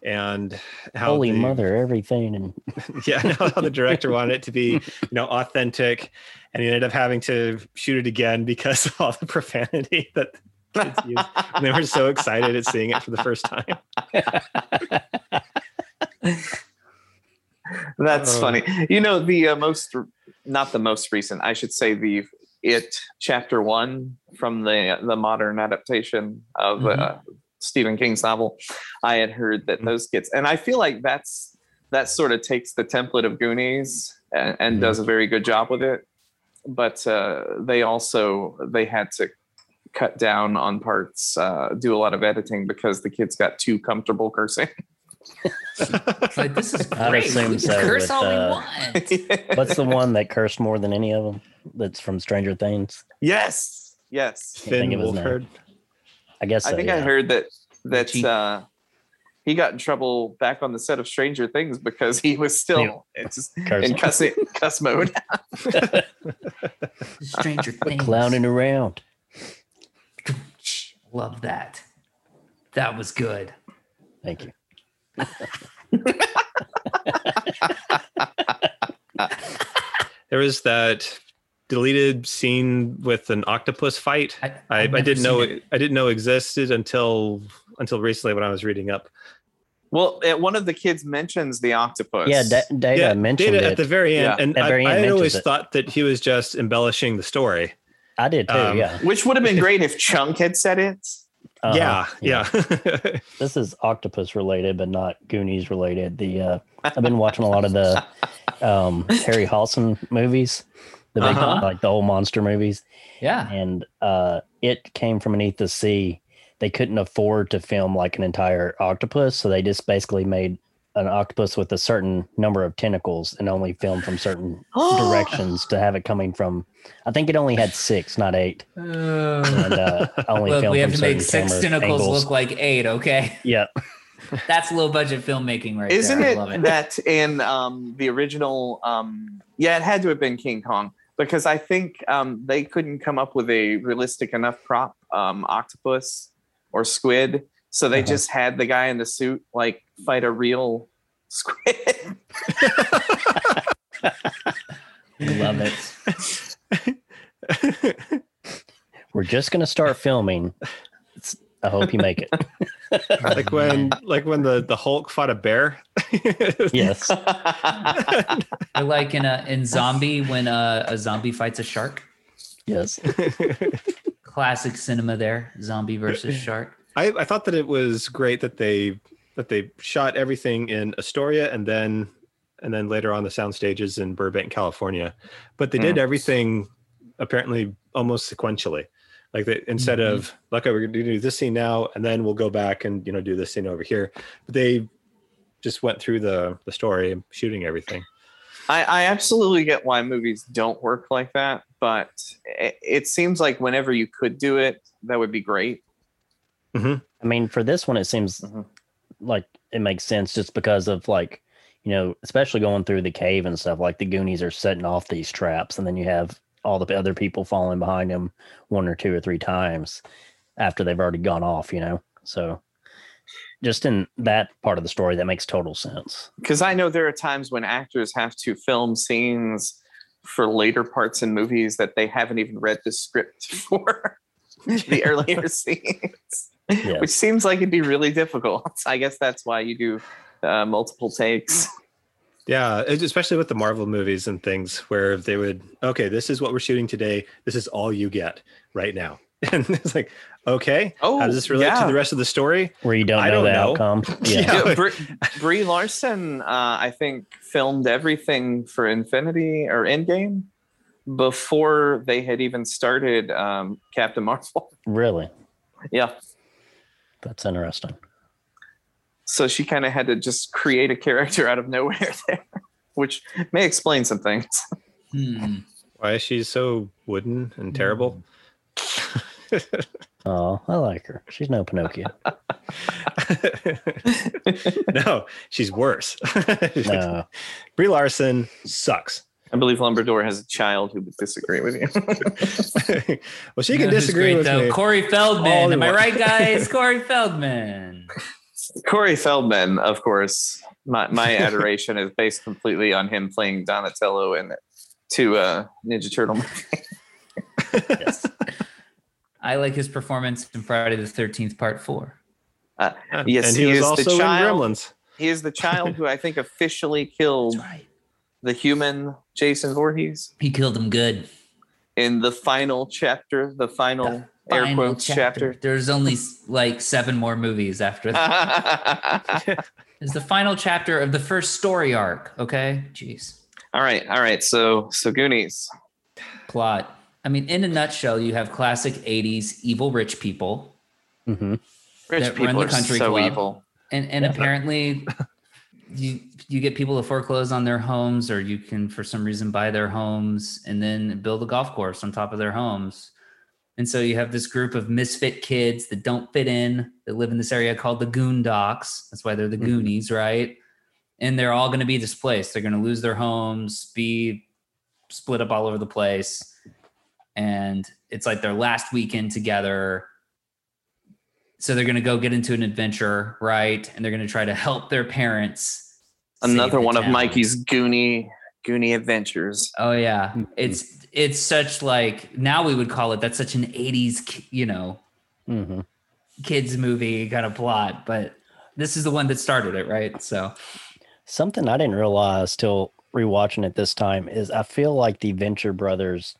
Speaker 1: and how
Speaker 3: Holy
Speaker 1: the,
Speaker 3: mother, everything. And
Speaker 1: yeah how the director wanted it to be you know authentic and he ended up having to shoot it again because of all the profanity that the kids used and they were so excited at seeing it for the first time
Speaker 4: That's
Speaker 1: Oh.
Speaker 4: funny. You know, the uh, most, not the most recent, I should say the It Chapter One from the the modern adaptation of uh, Stephen King's novel. I had heard that
Speaker 1: Mhm.
Speaker 4: those kids, and I feel like that's that sort of takes the template of Goonies and, and
Speaker 1: Mhm.
Speaker 4: does a very good job with it. But uh, they also they had to cut down on parts, uh, do a lot of editing because the kids got too comfortable cursing.
Speaker 2: It's like this is
Speaker 3: I'd
Speaker 2: great.
Speaker 3: assume
Speaker 2: We can
Speaker 3: so
Speaker 2: curse
Speaker 3: with,
Speaker 2: all
Speaker 3: uh,
Speaker 2: we want.
Speaker 3: what's the one that cursed more than any of them? That's from Stranger Things.
Speaker 4: yes, yes.
Speaker 1: finn
Speaker 3: it was that.
Speaker 1: wolfhard
Speaker 3: I guess.
Speaker 4: I
Speaker 3: so,
Speaker 4: think I
Speaker 3: yeah.
Speaker 4: heard that that
Speaker 2: Cheap.
Speaker 4: uh, he got in trouble back on the set of Stranger Things because he was still it's just
Speaker 3: Cursing.
Speaker 4: in cuss, cuss mode.
Speaker 2: Stranger Things.
Speaker 3: clowning around.
Speaker 2: Love that. That was good.
Speaker 3: Thank you.
Speaker 1: there was that deleted scene with an octopus fight
Speaker 2: I,
Speaker 1: I, I
Speaker 2: I've never
Speaker 1: didn't know
Speaker 2: seen
Speaker 1: it. I didn't know existed until until recently when I was reading up.
Speaker 4: Well, uh, one of the kids mentions the octopus.
Speaker 3: Yeah, da- Data mentioned
Speaker 1: Data
Speaker 3: it.
Speaker 1: at the very end,
Speaker 4: Yeah.
Speaker 1: and
Speaker 3: At
Speaker 1: I,
Speaker 3: very end
Speaker 1: I had
Speaker 3: mentions
Speaker 1: always
Speaker 3: it.
Speaker 1: thought that he was just embellishing the story.
Speaker 3: I did too.
Speaker 1: um,
Speaker 3: yeah.
Speaker 4: which would have been great if Chunk had said it.
Speaker 3: Uh-huh,
Speaker 1: yeah, yeah.
Speaker 3: This is octopus related, but not Goonies related. The uh, I've been watching a lot of the um, Harry Halson movies, the big,
Speaker 4: Uh-huh.
Speaker 3: like the old monster movies,
Speaker 2: it. Yeah.
Speaker 3: and uh, it came from beneath the sea. They couldn't afford to film like an entire octopus, so they just basically made an octopus with a certain number of tentacles and only filmed from certain
Speaker 2: Oh.
Speaker 3: directions to have it coming from. I think it only had six, not eight, and
Speaker 2: Uh,
Speaker 3: uh, only
Speaker 2: look,
Speaker 3: filmed
Speaker 2: we
Speaker 3: from
Speaker 2: have to make
Speaker 3: certain
Speaker 2: six
Speaker 3: camera
Speaker 2: tentacles
Speaker 3: angles.
Speaker 2: look like eight. Okay,
Speaker 3: yeah,
Speaker 2: that's low budget filmmaking, right
Speaker 4: Isn't
Speaker 2: there. I
Speaker 4: it,
Speaker 2: love
Speaker 4: that in um, the original? Um, yeah, it had to have been King Kong because I think um, they couldn't come up with a realistic enough prop um, octopus or squid, so they
Speaker 3: Uh-huh.
Speaker 4: just had the guy in the suit like fight a real squid.
Speaker 2: Love it.
Speaker 3: we're just gonna start filming. It's- I hope you make it.
Speaker 1: like when like when the the Hulk fought a bear.
Speaker 3: Yes.
Speaker 2: Or like in a in zombie when a, a zombie fights a shark.
Speaker 3: Yes.
Speaker 2: Classic cinema there. Zombie versus shark.
Speaker 1: I, I thought that it was great that they that they shot everything in Astoria and then and then later on the sound stages in Burbank, California. But they did everything apparently almost sequentially. Like they, instead of like okay, we're gonna do this scene now and then we'll go back and you know do this scene over here. But they just went through the the story, shooting everything.
Speaker 4: I, I absolutely get why movies don't work like that, but it, it seems like whenever you could do it, that would be great.
Speaker 3: I mean, for this one, it seems
Speaker 1: Mm-hmm.
Speaker 4: Mhm.
Speaker 3: like it makes sense just because of like, you know, especially going through the cave and stuff. Like the Goonies are setting off these traps, and then you have all the other people falling behind them one or two or three times after they've already gone off. You know, so just in that part of the story, that makes total sense.
Speaker 4: because I know there are times when actors have to film scenes for later parts in movies that they haven't even read the script for the earlier scenes,
Speaker 3: Yeah.
Speaker 4: which seems like it'd be really difficult. I guess that's why you do uh, multiple takes.
Speaker 1: Yeah, es- especially with the Marvel movies and things where they would, okay, this is what we're shooting today. This is all you get right now. And it's like, okay,
Speaker 4: Oh,
Speaker 1: how does this relate
Speaker 4: yeah.
Speaker 1: to the rest of the story?
Speaker 3: Where you don't
Speaker 1: I don't
Speaker 3: know the
Speaker 1: know.
Speaker 3: outcome. Yeah.
Speaker 1: Yeah.
Speaker 4: Br- Brie Larson, uh, I think, filmed everything for Infinity or Endgame before they had even started um, Captain Marvel.
Speaker 3: Really.
Speaker 4: Yeah.
Speaker 3: That's interesting.
Speaker 4: so she kind of had to just create a character out of nowhere there which may explain some things
Speaker 2: Hmm.
Speaker 1: Why is she so wooden and terrible?
Speaker 3: Oh, I like her. She's no Pinocchio.
Speaker 1: no, she's worse. She's like,
Speaker 3: No.
Speaker 1: Brie Larson sucks.
Speaker 4: I believe Lumberdor has a child who would disagree with you.
Speaker 1: well, she can
Speaker 2: You know who's
Speaker 1: disagree
Speaker 2: great,
Speaker 1: with me.
Speaker 2: Corey
Speaker 1: all
Speaker 2: Feldman.
Speaker 1: you
Speaker 2: Am I
Speaker 1: want.
Speaker 2: right, guys? Corey Feldman.
Speaker 4: Corey Feldman, of course. My my adoration is based completely on him playing Donatello in two uh, Ninja Turtle.
Speaker 2: I like his performance in Friday the Thirteenth Part Four.
Speaker 4: Yes,
Speaker 1: and he,
Speaker 4: he
Speaker 1: was
Speaker 4: is the
Speaker 1: also in
Speaker 4: child.
Speaker 1: Gremlins.
Speaker 4: He is the child who I think officially killed
Speaker 2: That's right.
Speaker 4: the human Jason Voorhees
Speaker 2: He killed him good.
Speaker 4: in the final chapter, the final, air
Speaker 2: Final
Speaker 4: quotes chapter. Ah.
Speaker 2: There's only s- like seven more movies after that. It's the final chapter of the first story arc. Okay, jeez.
Speaker 4: all right, all right. So so Goonies.
Speaker 2: Plot. I mean, in a nutshell, you have classic '80s evil rich people,
Speaker 3: hmm
Speaker 4: Rich
Speaker 2: That run
Speaker 4: people
Speaker 2: the
Speaker 4: are
Speaker 2: country
Speaker 4: so
Speaker 2: club.
Speaker 4: evil.
Speaker 2: and and apparently, you you get people to foreclose on their homes, or you can for some reason buy their homes and then build a golf course on top of their homes. And so you have this group of misfit kids that don't fit in that live in this area called the Goondocks. That's why they're the
Speaker 4: Mm-hmm.
Speaker 1: Mhm.
Speaker 2: Goonies, right? And they're all going to be displaced. They're going to lose their homes, be split up all over the place. And it's like their last weekend together. So they're going to go get into an adventure, right? And they're going to try to help their parents. save
Speaker 4: Another
Speaker 2: the
Speaker 4: one of
Speaker 2: town.
Speaker 4: Mikey's Goonie Goonie adventures.
Speaker 2: Oh yeah,
Speaker 4: Mm-hmm.
Speaker 2: it's it's such like now we would call it that's such an '80s ki- you know
Speaker 3: hmm
Speaker 2: kids movie kind of plot, but this is the one that started it, right? So
Speaker 3: Something I didn't realize till rewatching it this time is I feel like the Venture Brothers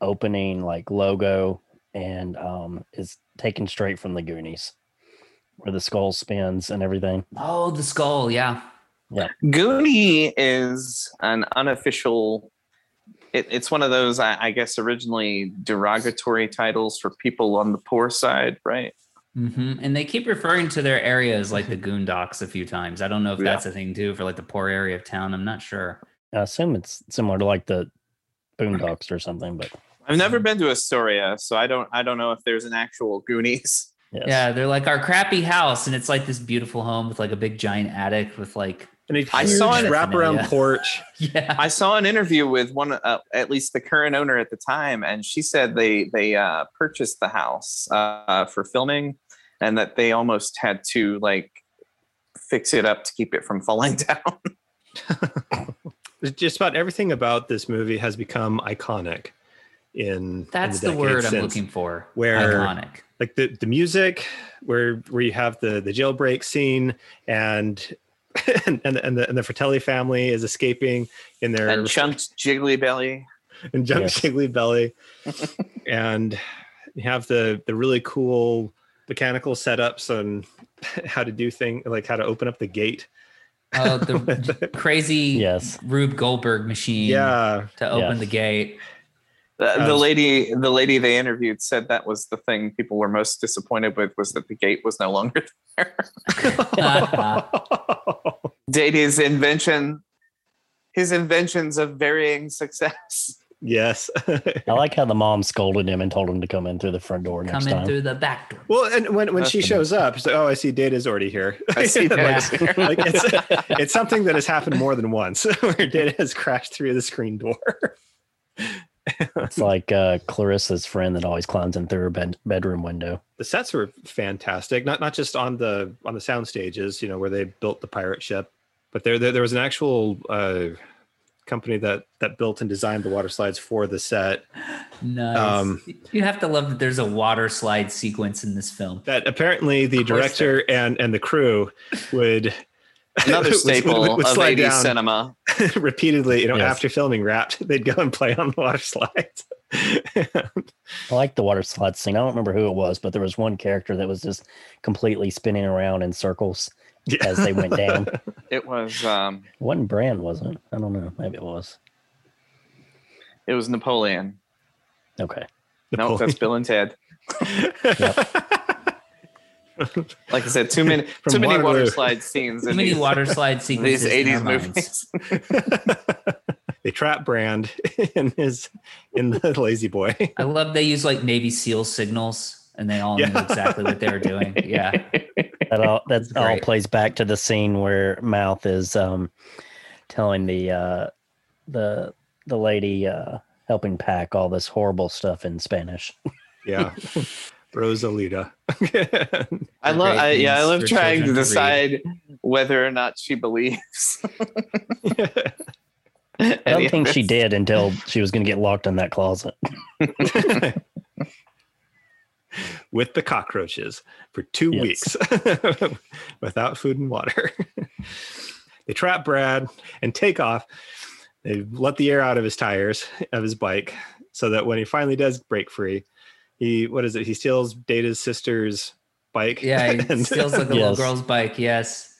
Speaker 3: opening like logo and um is taken straight from the Goonies, where the skull spins and everything.
Speaker 2: oh, the skull, yeah,
Speaker 4: Goonie is an unofficial. It, it's one of those, I, I guess, originally derogatory titles for people on the poor side, right?
Speaker 2: hmm and they keep referring to their areas like the Goondocks a few times. I don't know if
Speaker 4: Yeah.
Speaker 2: that's a thing too for like the poor area of town. I'm not sure.
Speaker 3: I assume it's similar to like the Boondocks or something, but
Speaker 4: I've
Speaker 2: Mm.
Speaker 4: never been to Astoria, so I don't. I don't know if there's an actual Goonies.
Speaker 3: yes.
Speaker 2: Yeah, they're like our crappy house, and it's like this beautiful home with like a big giant attic with like
Speaker 1: And a huge
Speaker 4: I saw an-
Speaker 1: wraparound
Speaker 2: Yeah.
Speaker 1: porch.
Speaker 2: yeah.
Speaker 4: I saw an interview with one, uh, at least the current owner at the time, and she said they they uh, purchased the house uh, for filming, and that they almost had to like fix it up to keep it from falling down.
Speaker 1: Just about everything about this movie has become iconic. In
Speaker 2: That's
Speaker 1: in
Speaker 2: the,
Speaker 1: decades
Speaker 2: word I'm
Speaker 1: since.
Speaker 2: looking for.
Speaker 1: Where-
Speaker 2: iconic.
Speaker 1: Like the the music, where where you have the the jailbreak scene and. And, and, the, and, the, and the Fratelli family is escaping in their
Speaker 4: and chunked jiggly belly.
Speaker 1: and jump
Speaker 3: Yes.
Speaker 1: jiggly belly and you have the the really cool mechanical setups on how to do thing like how to open up the gate
Speaker 2: Oh, the crazy
Speaker 3: Yes.
Speaker 2: Rube Goldberg machine
Speaker 1: yeah
Speaker 2: to open
Speaker 3: Yes.
Speaker 2: the gate.
Speaker 4: The, the
Speaker 1: Um,
Speaker 4: lady, the lady they interviewed said that was the thing people were most disappointed with was that the gate was no longer there. Dady's invention, his inventions of varying success.
Speaker 1: yes
Speaker 3: I like how the mom scolded him and told him to come in through the front door next
Speaker 2: Coming
Speaker 3: time.
Speaker 2: through the back door.
Speaker 1: well and when, when she shows up she's like oh i see data's already here
Speaker 4: I see
Speaker 1: Like,
Speaker 4: Dady's here.
Speaker 1: like, it's, it's something that has happened more than once where data has crashed through the screen door
Speaker 3: It's like uh, Clarissa's friend that always climbs in through her bed- bedroom window.
Speaker 1: the sets were fantastic. Not not just on the on the sound stages, you know, where they built the pirate ship, but there there, there was an actual uh, company that that built and designed the water slides for the set.
Speaker 2: Nice.
Speaker 1: Um,
Speaker 2: you have to love that there's a water slide sequence in this film.
Speaker 1: That apparently the
Speaker 4: Of course
Speaker 1: director and and the crew would
Speaker 4: Another
Speaker 1: would-
Speaker 4: staple
Speaker 1: would, would
Speaker 4: of 80s
Speaker 1: slide down
Speaker 4: cinema.
Speaker 1: repeatedly. You know,
Speaker 3: Yes.
Speaker 1: after filming Wrapped, they'd go and play on the water slides.
Speaker 3: I like the water slide scene. I don't remember who it was, but there was one character that was just completely spinning around in circles
Speaker 1: Yeah.
Speaker 3: as they went down.
Speaker 4: It was, um,
Speaker 3: It wasn't Brand, was it? I don't know. Maybe it was.
Speaker 4: it was Napoleon.
Speaker 3: Okay.
Speaker 4: No,
Speaker 1: Napoleon.
Speaker 4: that's Bill and Ted. Like I said, too many,
Speaker 1: From
Speaker 4: too many water
Speaker 1: Waterloo.
Speaker 4: slide scenes
Speaker 2: Too
Speaker 4: in
Speaker 2: many
Speaker 4: these,
Speaker 2: water slide sequences.
Speaker 4: these
Speaker 2: in our
Speaker 4: 80s
Speaker 2: minds.
Speaker 4: movies.
Speaker 1: they trap Brand in his in the Lazy Boy.
Speaker 2: I love they use like Navy SEAL signals and they all
Speaker 1: Yeah.
Speaker 2: knew exactly what they were doing. Yeah.
Speaker 3: that all that
Speaker 2: That's
Speaker 3: all
Speaker 2: great.
Speaker 3: plays back to the scene where Mouth is um, telling the uh, the the lady uh, helping pack all this horrible stuff in Spanish.
Speaker 1: Yeah. Rosalita.
Speaker 4: I
Speaker 2: They're
Speaker 4: love,
Speaker 2: great
Speaker 4: I, yeah, I
Speaker 2: things
Speaker 4: love
Speaker 2: for
Speaker 4: trying to
Speaker 2: children to read.
Speaker 4: decide whether or not she believes.
Speaker 3: I don't think she did until she was going to get locked in that closet.
Speaker 1: With the cockroaches for two
Speaker 3: Yes.
Speaker 1: weeks without food and water. they trap Brad and take off. They let the air out of his tires of his bike so that when he finally does break free, he, what is it? He steals Data's sister's bike.
Speaker 2: Yeah, he
Speaker 1: and-
Speaker 2: steals like a little
Speaker 3: Yes.
Speaker 2: girl's bike. Yes.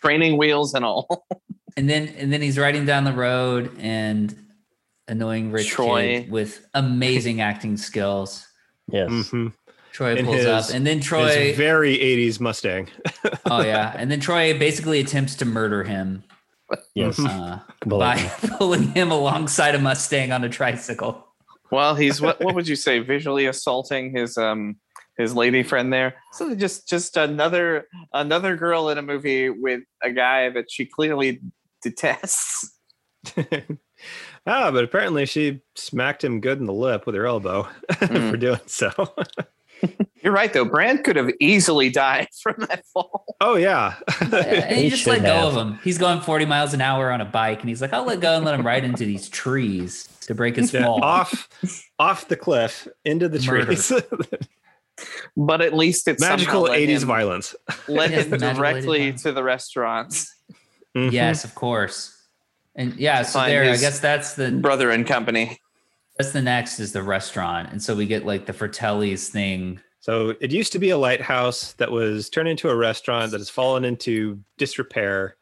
Speaker 4: Training wheels and all.
Speaker 2: And then and then he's riding down the road and annoying rich
Speaker 4: Troy.
Speaker 2: kid with amazing acting skills.
Speaker 3: Yes.
Speaker 2: Mm-hmm,
Speaker 1: Mhm.
Speaker 2: Troy
Speaker 1: And
Speaker 2: pulls
Speaker 1: his-
Speaker 2: up and then
Speaker 1: His
Speaker 2: Troy
Speaker 1: very 80s Mustang.
Speaker 2: Oh yeah. And then Troy basically attempts to murder him
Speaker 3: Yes.
Speaker 2: uh, by
Speaker 3: completely.
Speaker 2: pulling him alongside a Mustang on a tricycle.
Speaker 4: Well, he's what? What would you say? Visually assaulting his um his lady friend there. So just just another another girl in a movie with a guy that she clearly detests.
Speaker 1: ah, but apparently she smacked him good in the lip with her elbow for
Speaker 2: Hmm.
Speaker 4: Mm.
Speaker 1: doing so.
Speaker 4: You're right though. Brand could have easily died from that fall.
Speaker 1: Oh yeah.
Speaker 2: And he,
Speaker 3: He
Speaker 2: just
Speaker 3: should
Speaker 2: let go of
Speaker 3: have.
Speaker 2: him. He's going 40 miles an hour on a bike and he's like, I'll let go and let him ride into these trees to break his
Speaker 1: Yeah,
Speaker 2: fall.
Speaker 1: off off the cliff into the
Speaker 2: Murder.
Speaker 1: trees.
Speaker 4: But at least it's
Speaker 1: Magical
Speaker 4: somehow let
Speaker 1: 80s
Speaker 4: him-
Speaker 1: violence.
Speaker 4: Led
Speaker 2: Yes,
Speaker 4: him
Speaker 2: the magical lady
Speaker 4: directly
Speaker 2: violence.
Speaker 4: to the restaurants.
Speaker 1: Mhm.
Speaker 2: Yes, of course. And yeah, so
Speaker 4: Find
Speaker 2: there, I
Speaker 4: his-
Speaker 2: guess that's the
Speaker 4: Brother and company.
Speaker 2: that's the next is the restaurant. And so we get like the Fratelli's thing.
Speaker 1: So it used to be a lighthouse that was turned into a restaurant that has fallen into disrepair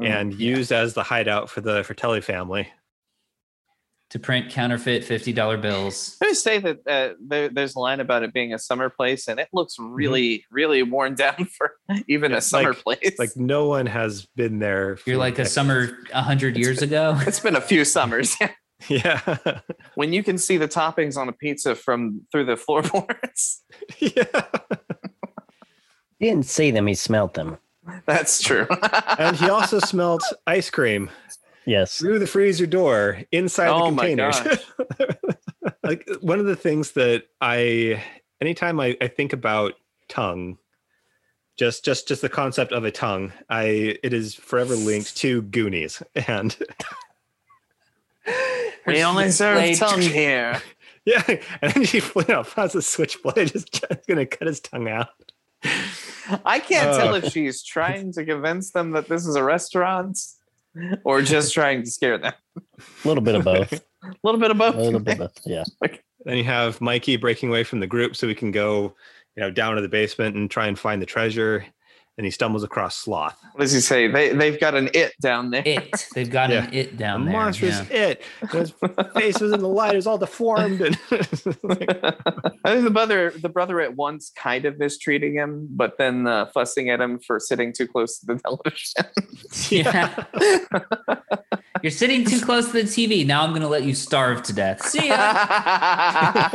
Speaker 1: and used as the hideout for the Fratelli family.
Speaker 2: to print counterfeit fifty dollar bills.
Speaker 4: I'm gonna say that uh, there, there's a line about it being a summer place, and it looks
Speaker 1: Mm-hmm.
Speaker 4: really, really worn down for even a
Speaker 1: It's
Speaker 4: summer
Speaker 1: like-
Speaker 4: place.
Speaker 1: Like no one has been there. for
Speaker 2: You're like a
Speaker 1: decades.
Speaker 2: summer a hundred years ago.
Speaker 4: it's been a few summers
Speaker 1: Yeah.
Speaker 4: when you can see the toppings on a pizza from through the floorboards.
Speaker 1: yeah.
Speaker 3: He didn't see them. He smelt them.
Speaker 4: That's true.
Speaker 1: And he also smelt ice cream
Speaker 3: Yes.
Speaker 1: through the freezer door inside
Speaker 4: Oh
Speaker 1: the
Speaker 4: my
Speaker 1: containers. like uh, one of the things that I anytime I, I think about tongue, just just just the concept of a tongue, I it is forever linked to Goonies. And
Speaker 4: we only serve tongue here.
Speaker 1: yeah, and then she flat out has a switchblade, just, just gonna cut his tongue out.
Speaker 4: I can't
Speaker 1: Oh.
Speaker 4: tell if she's trying to convince them that this is a restaurant or just trying to scare them.
Speaker 3: A little bit of both.
Speaker 4: A little bit of
Speaker 3: A
Speaker 4: both.
Speaker 3: little bit of both. Yeah.
Speaker 1: Then you have Mikey breaking away from the group so we can go, you know, down to the basement and try and find the treasure. And he stumbles across Sloth.
Speaker 4: What does he say? They they've got an it down there.
Speaker 2: It. They've got an it
Speaker 1: The
Speaker 2: down there.
Speaker 1: monster's
Speaker 2: yeah.
Speaker 1: it. And His face was in the light, it was all deformed. And
Speaker 4: I think the brother, the brother at once kind of mistreating him, but then uh, fussing at him for sitting too close to the television.
Speaker 2: Yeah. You're sitting too close to the TV. Now I'm gonna let you starve to death. See ya.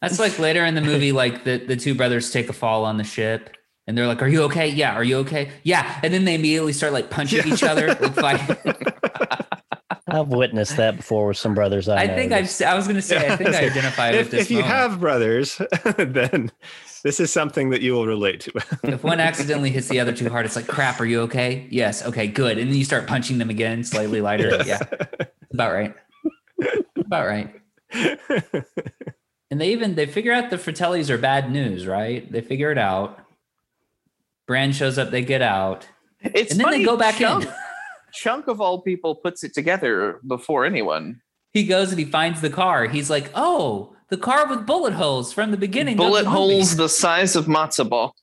Speaker 2: That's like later in the movie, like the, the two brothers take a fall on the ship and they're like, Are you okay? Yeah, are you okay? Yeah. And then they immediately start like punching
Speaker 1: Yeah.
Speaker 2: each other. Like, fighting.
Speaker 3: I've witnessed that before with some brothers I,
Speaker 2: I
Speaker 3: know
Speaker 2: think
Speaker 3: that-
Speaker 2: I've s- I was gonna say, I think I identify with
Speaker 1: if,
Speaker 2: this.
Speaker 1: if you
Speaker 2: moment.
Speaker 1: have brothers, then this is something that you will relate to.
Speaker 2: if one accidentally hits the other too hard, it's like, crap, are you okay? Yes, okay, good. And then you start punching them again slightly lighter. Yeah. About right. About right. And they even they figure out the Fratellis are bad news, right? They figure it out. Brand shows up, they get out,
Speaker 4: it's
Speaker 2: and then
Speaker 4: funny,
Speaker 2: they go back
Speaker 4: Chunk,
Speaker 2: in.
Speaker 4: Chunk of all people puts it together before anyone.
Speaker 2: He goes and he finds the car. He's like, Oh, the car with bullet holes from the beginning. of
Speaker 4: Bullet
Speaker 2: the movie."
Speaker 4: holes the size of matzo balls.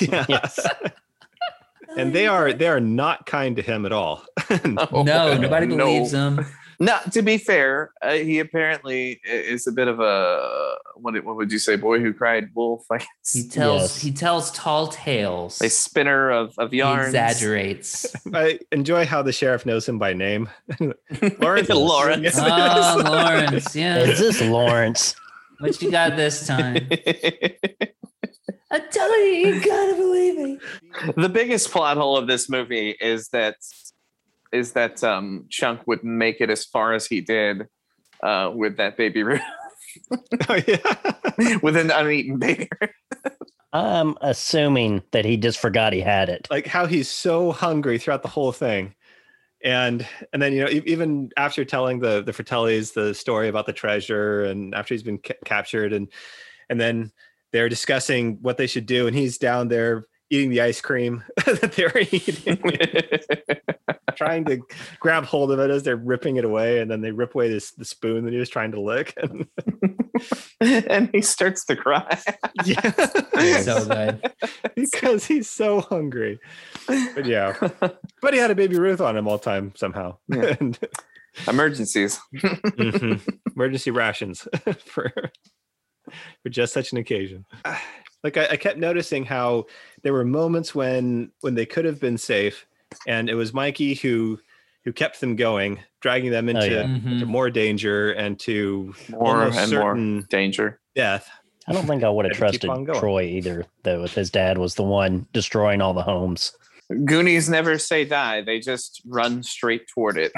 Speaker 1: yeah.
Speaker 3: Yes.
Speaker 1: And they are they are not kind to him at all.
Speaker 4: Oh,
Speaker 2: No, nobody
Speaker 4: no.
Speaker 2: believes him.
Speaker 4: No, to be fair, uh, he apparently i- is a bit of a what? What would you say, boy who cried wolf? I
Speaker 2: He
Speaker 4: guess.
Speaker 2: tells
Speaker 3: Yes.
Speaker 2: he tells tall tales.
Speaker 4: A spinner of of
Speaker 2: He
Speaker 4: yarns.
Speaker 2: exaggerates.
Speaker 1: I enjoy how the sheriff knows him by name. Lawrence.
Speaker 4: Lawrence.
Speaker 1: Yes, it
Speaker 2: oh,
Speaker 1: is.
Speaker 2: Lawrence, yeah.
Speaker 3: Is this Lawrence?
Speaker 2: What you got this time? telling you, you gotta believe me.
Speaker 4: The biggest plot hole of this movie is that is that um, Chunk would make it as far as he did uh, with that baby Ruth,
Speaker 1: oh, yeah.
Speaker 4: with an uneaten baby. Ruth.
Speaker 3: I'm assuming that he just forgot he had it.
Speaker 1: like how he's so hungry throughout the whole thing and and then you know e- even after telling the the fratellis the story about the treasure and after he's been ca- captured and and then they're discussing what they should do and he's down there eating the ice cream that they're eating trying to grab hold of it as they're ripping it away and then they rip away this the spoon that he was trying to lick and
Speaker 4: and he starts to cry.
Speaker 1: yeah
Speaker 2: So good.
Speaker 1: because he's so hungry but yeah but he had a baby ruth on him all time somehow
Speaker 4: Yeah.
Speaker 1: and
Speaker 4: Emergencies.
Speaker 1: Mhm. emergency rations for for just such an occasion like I, I kept noticing how there were moments when when they could have been safe and it was mikey who who kept them going dragging them into,
Speaker 3: yeah.
Speaker 1: into
Speaker 2: Mhm.
Speaker 1: more danger and to
Speaker 4: More
Speaker 1: almost
Speaker 4: and more
Speaker 1: certain
Speaker 4: danger.
Speaker 1: death
Speaker 3: I don't think I would
Speaker 1: Had
Speaker 3: have
Speaker 1: to keep
Speaker 3: trusted
Speaker 1: on going.
Speaker 3: Troy either, though, if his dad was the one destroying all the homes.
Speaker 4: Goonies never say die. They just run straight toward it.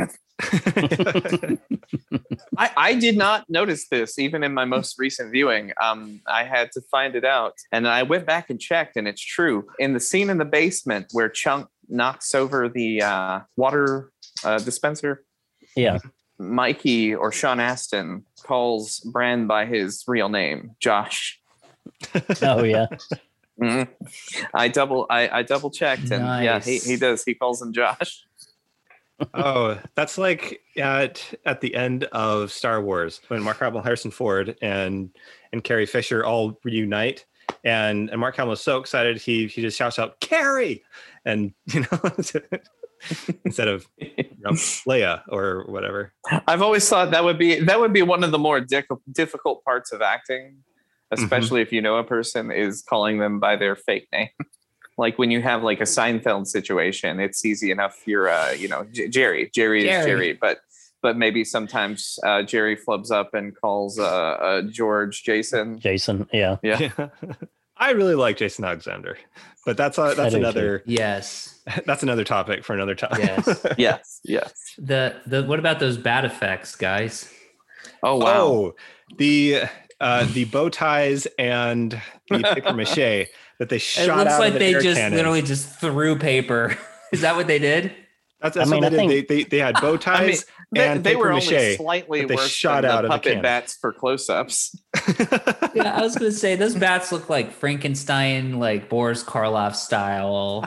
Speaker 4: I, I did not notice this even in my most recent viewing. Um, I had to find it out. And I went back and checked, and it's true. In the scene in the basement where Chunk knocks over the uh, water uh, dispenser,
Speaker 3: Yeah.
Speaker 4: Mikey or Sean Aston calls Bran by his real name, Josh.
Speaker 3: Oh, yeah.
Speaker 4: Mhm. I double I, I double checked and yeah, he,
Speaker 2: Nice.
Speaker 4: he does. He calls him Josh.
Speaker 1: oh that's like at at the end of star wars when mark hamill harrison ford and and carrie fisher all reunite and and mark hamill is so excited he he just shouts out carrie and you know instead of you know, leia or whatever
Speaker 4: I've always thought that would be that would be one of the more dic- difficult parts of acting,
Speaker 1: Mm-hmm.
Speaker 4: especially if you know a person is calling them by their fake name. like when you have like a Seinfeld situation, it's easy enough. You're uh, you know, J- Jerry. Jerry, is
Speaker 2: Jerry.
Speaker 4: Jerry, but but maybe sometimes uh, Jerry flubs up and calls uh, uh, George Jason.
Speaker 3: Jason. Yeah.
Speaker 4: Yeah.
Speaker 1: i really like jason alexander but that's a, that's
Speaker 3: do too.
Speaker 1: another
Speaker 2: Yes.
Speaker 1: that's another topic for another time
Speaker 2: Yes.
Speaker 4: yes, yes.
Speaker 2: The the what about those bad effects, guys?
Speaker 4: Oh wow.
Speaker 1: Oh, the uh, the bow ties and the paper mache that they
Speaker 2: It
Speaker 1: shot
Speaker 2: looks
Speaker 1: out
Speaker 2: like
Speaker 1: of
Speaker 2: they
Speaker 1: the air
Speaker 2: just
Speaker 1: cannon.
Speaker 2: literally just threw paper. Is that what they did?
Speaker 1: That's, that's
Speaker 3: I mean,
Speaker 1: what they
Speaker 3: I
Speaker 1: did.
Speaker 3: think-
Speaker 1: they, they, they had bow
Speaker 4: I mean,
Speaker 1: ties.
Speaker 4: they,
Speaker 1: and
Speaker 4: they were
Speaker 1: papier-mâché,
Speaker 4: only slightly
Speaker 1: but they
Speaker 4: worse
Speaker 1: shot
Speaker 4: than
Speaker 1: out
Speaker 4: the
Speaker 1: of the
Speaker 4: puppet
Speaker 1: cannon.
Speaker 4: bats for close-ups.
Speaker 2: Yeah, I was gonna say those bats look like Frankenstein, like Boris Karloff style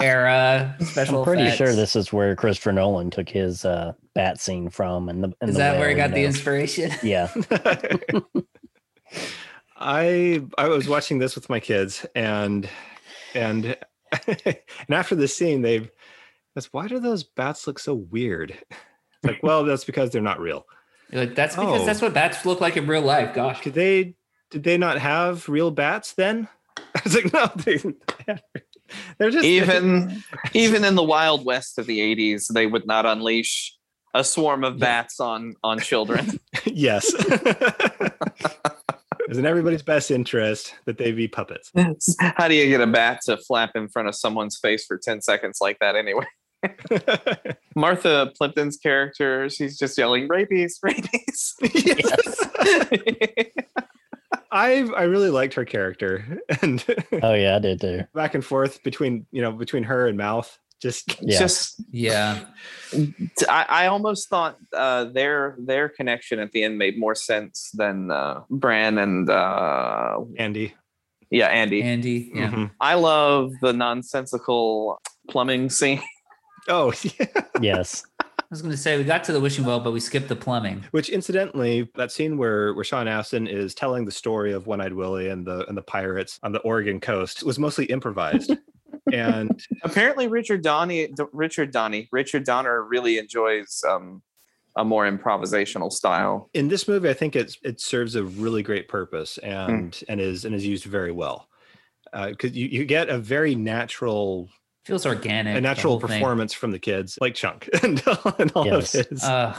Speaker 2: era special.
Speaker 3: I'm pretty sure
Speaker 2: effects.
Speaker 3: this is where Christopher Nolan took his uh, bat scene from. And the and
Speaker 2: is
Speaker 3: the
Speaker 2: that
Speaker 3: whale,
Speaker 2: where he
Speaker 3: you
Speaker 2: got the
Speaker 3: know.
Speaker 2: inspiration.
Speaker 3: Yeah.
Speaker 1: I I was watching this with my kids and and and after this scene they that's why do those bats look so weird? It's like, well, that's because they're not real.
Speaker 2: You're like that's because
Speaker 1: Oh.
Speaker 2: that's what bats look like in real life. Gosh,
Speaker 1: Could they did they not have real bats then? I was like, no, they they're just
Speaker 4: even even in the wild west of the 80s they would not unleash a swarm of bats on on children
Speaker 1: yes. It's in everybody's best interest that they be puppets.
Speaker 4: how do you get a bat to flap in front of someone's face for 10 seconds like that anyway martha plimpton's character she's just yelling rabies rabies
Speaker 1: I I really liked her character and
Speaker 3: Oh, yeah. I did too.
Speaker 1: back and forth between you know between her and Mouth. Just
Speaker 3: Yeah.
Speaker 4: just
Speaker 2: yeah,
Speaker 4: I, I almost thought uh, their their connection at the end made more sense than uh, Bran and uh,
Speaker 1: Andy.
Speaker 4: yeah Andy.
Speaker 2: Andy. Yeah,
Speaker 1: Mhm.
Speaker 4: I love the nonsensical plumbing scene.
Speaker 1: Oh, yeah.
Speaker 3: Yes.
Speaker 2: I was gonna say we got to the wishing well, but we skipped the plumbing.
Speaker 1: Which incidentally, that scene where where Sean Astin is telling the story of One Eyed Willie and the and the pirates on the Oregon coast was mostly improvised. and
Speaker 4: Apparently, Richard Donny, D- Richard Donny, Richard Donner really enjoys um, a more improvisational style.
Speaker 1: in this movie, I think it's it serves a really great purpose and and is and is used very well. Because you, you get a very natural
Speaker 2: Feels organic.
Speaker 1: a
Speaker 2: the
Speaker 1: natural
Speaker 2: whole thing.
Speaker 1: performance from the kids, like Chunk and, all- and all
Speaker 3: Yes.
Speaker 1: of his.
Speaker 2: Ugh,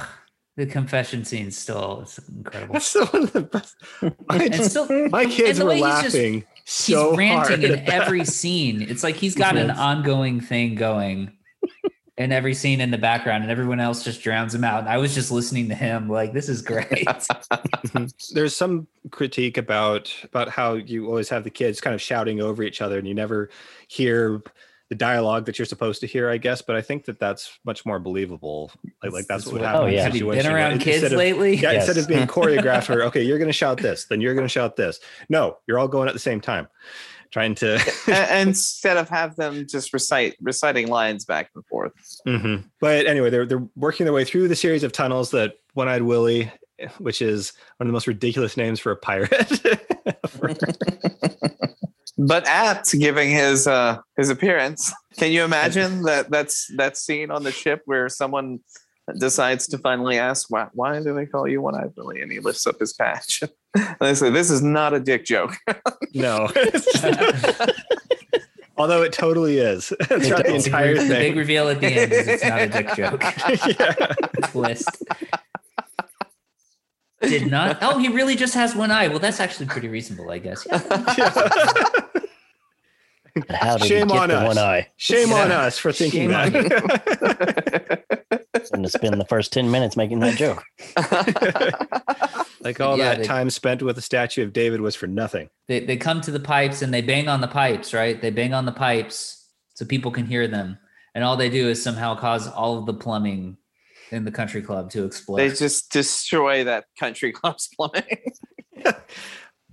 Speaker 2: the confession scene still is incredible.
Speaker 1: That's still one of the best. I
Speaker 2: And
Speaker 1: just,
Speaker 2: still,
Speaker 1: my kids
Speaker 2: the
Speaker 1: were
Speaker 2: way he's just-
Speaker 1: laughing
Speaker 4: so
Speaker 2: he's ranting
Speaker 4: hard.
Speaker 2: in every scene. It's like he's got an
Speaker 3: Yes.
Speaker 2: ongoing thing going in every scene in the background, and everyone else just drowns him out. And I was just listening to him, like, this is great.
Speaker 1: There's some critique about about how you always have the kids kind of shouting over each other, and you never hear the dialogue that you're supposed to hear. I guess, but I think that that's much more believable. Like, like that's what would
Speaker 2: what-
Speaker 1: happen.
Speaker 3: Oh,
Speaker 1: in a
Speaker 3: yeah.
Speaker 2: Have you been
Speaker 1: situation where
Speaker 2: around
Speaker 1: instead
Speaker 2: kids
Speaker 1: of-
Speaker 2: lately?
Speaker 1: Yeah,
Speaker 3: Yes.
Speaker 1: instead of being choreographed or okay, you're going to shout this, then you're going to shout this. No, you're all going at the same time, trying to.
Speaker 4: And- instead of have them just recite reciting lines back and forth.
Speaker 1: Mhm. But anyway, they're they're working their way through the series of tunnels that One Eyed Willie, which is one of the most ridiculous names for a pirate.
Speaker 4: But apt giving his uh his appearance. Can you imagine that that's that scene on the ship where someone decides to finally ask why why do they call you one eyed Billy? And he lifts up his patch. And they say, This is not a dick joke.
Speaker 1: no, although it totally is throughout the
Speaker 3: does.
Speaker 1: entire
Speaker 2: The big
Speaker 1: thing.
Speaker 2: reveal at the end is it's not a dick joke.
Speaker 1: yeah.
Speaker 2: Twist. Did not. Oh, he really just has one eye. Well, that's actually pretty reasonable, I guess. Yeah.
Speaker 1: Yeah.
Speaker 3: How did
Speaker 1: Shame
Speaker 3: he get
Speaker 1: on
Speaker 3: the
Speaker 1: us.
Speaker 3: one eye?
Speaker 1: Shame on
Speaker 2: Yeah.
Speaker 1: us for thinking
Speaker 2: Shame on
Speaker 1: that.
Speaker 3: And to spend the first ten minutes making that joke.
Speaker 1: like all
Speaker 2: Yeah,
Speaker 1: that
Speaker 2: they-
Speaker 1: time spent with the statue of David was for nothing.
Speaker 2: They, they come to the pipes and they bang on the pipes, right? They bang on the pipes so people can hear them. And all they do is somehow cause all of the plumbing in the country club to explode.
Speaker 4: they just destroy that country club's plumbing.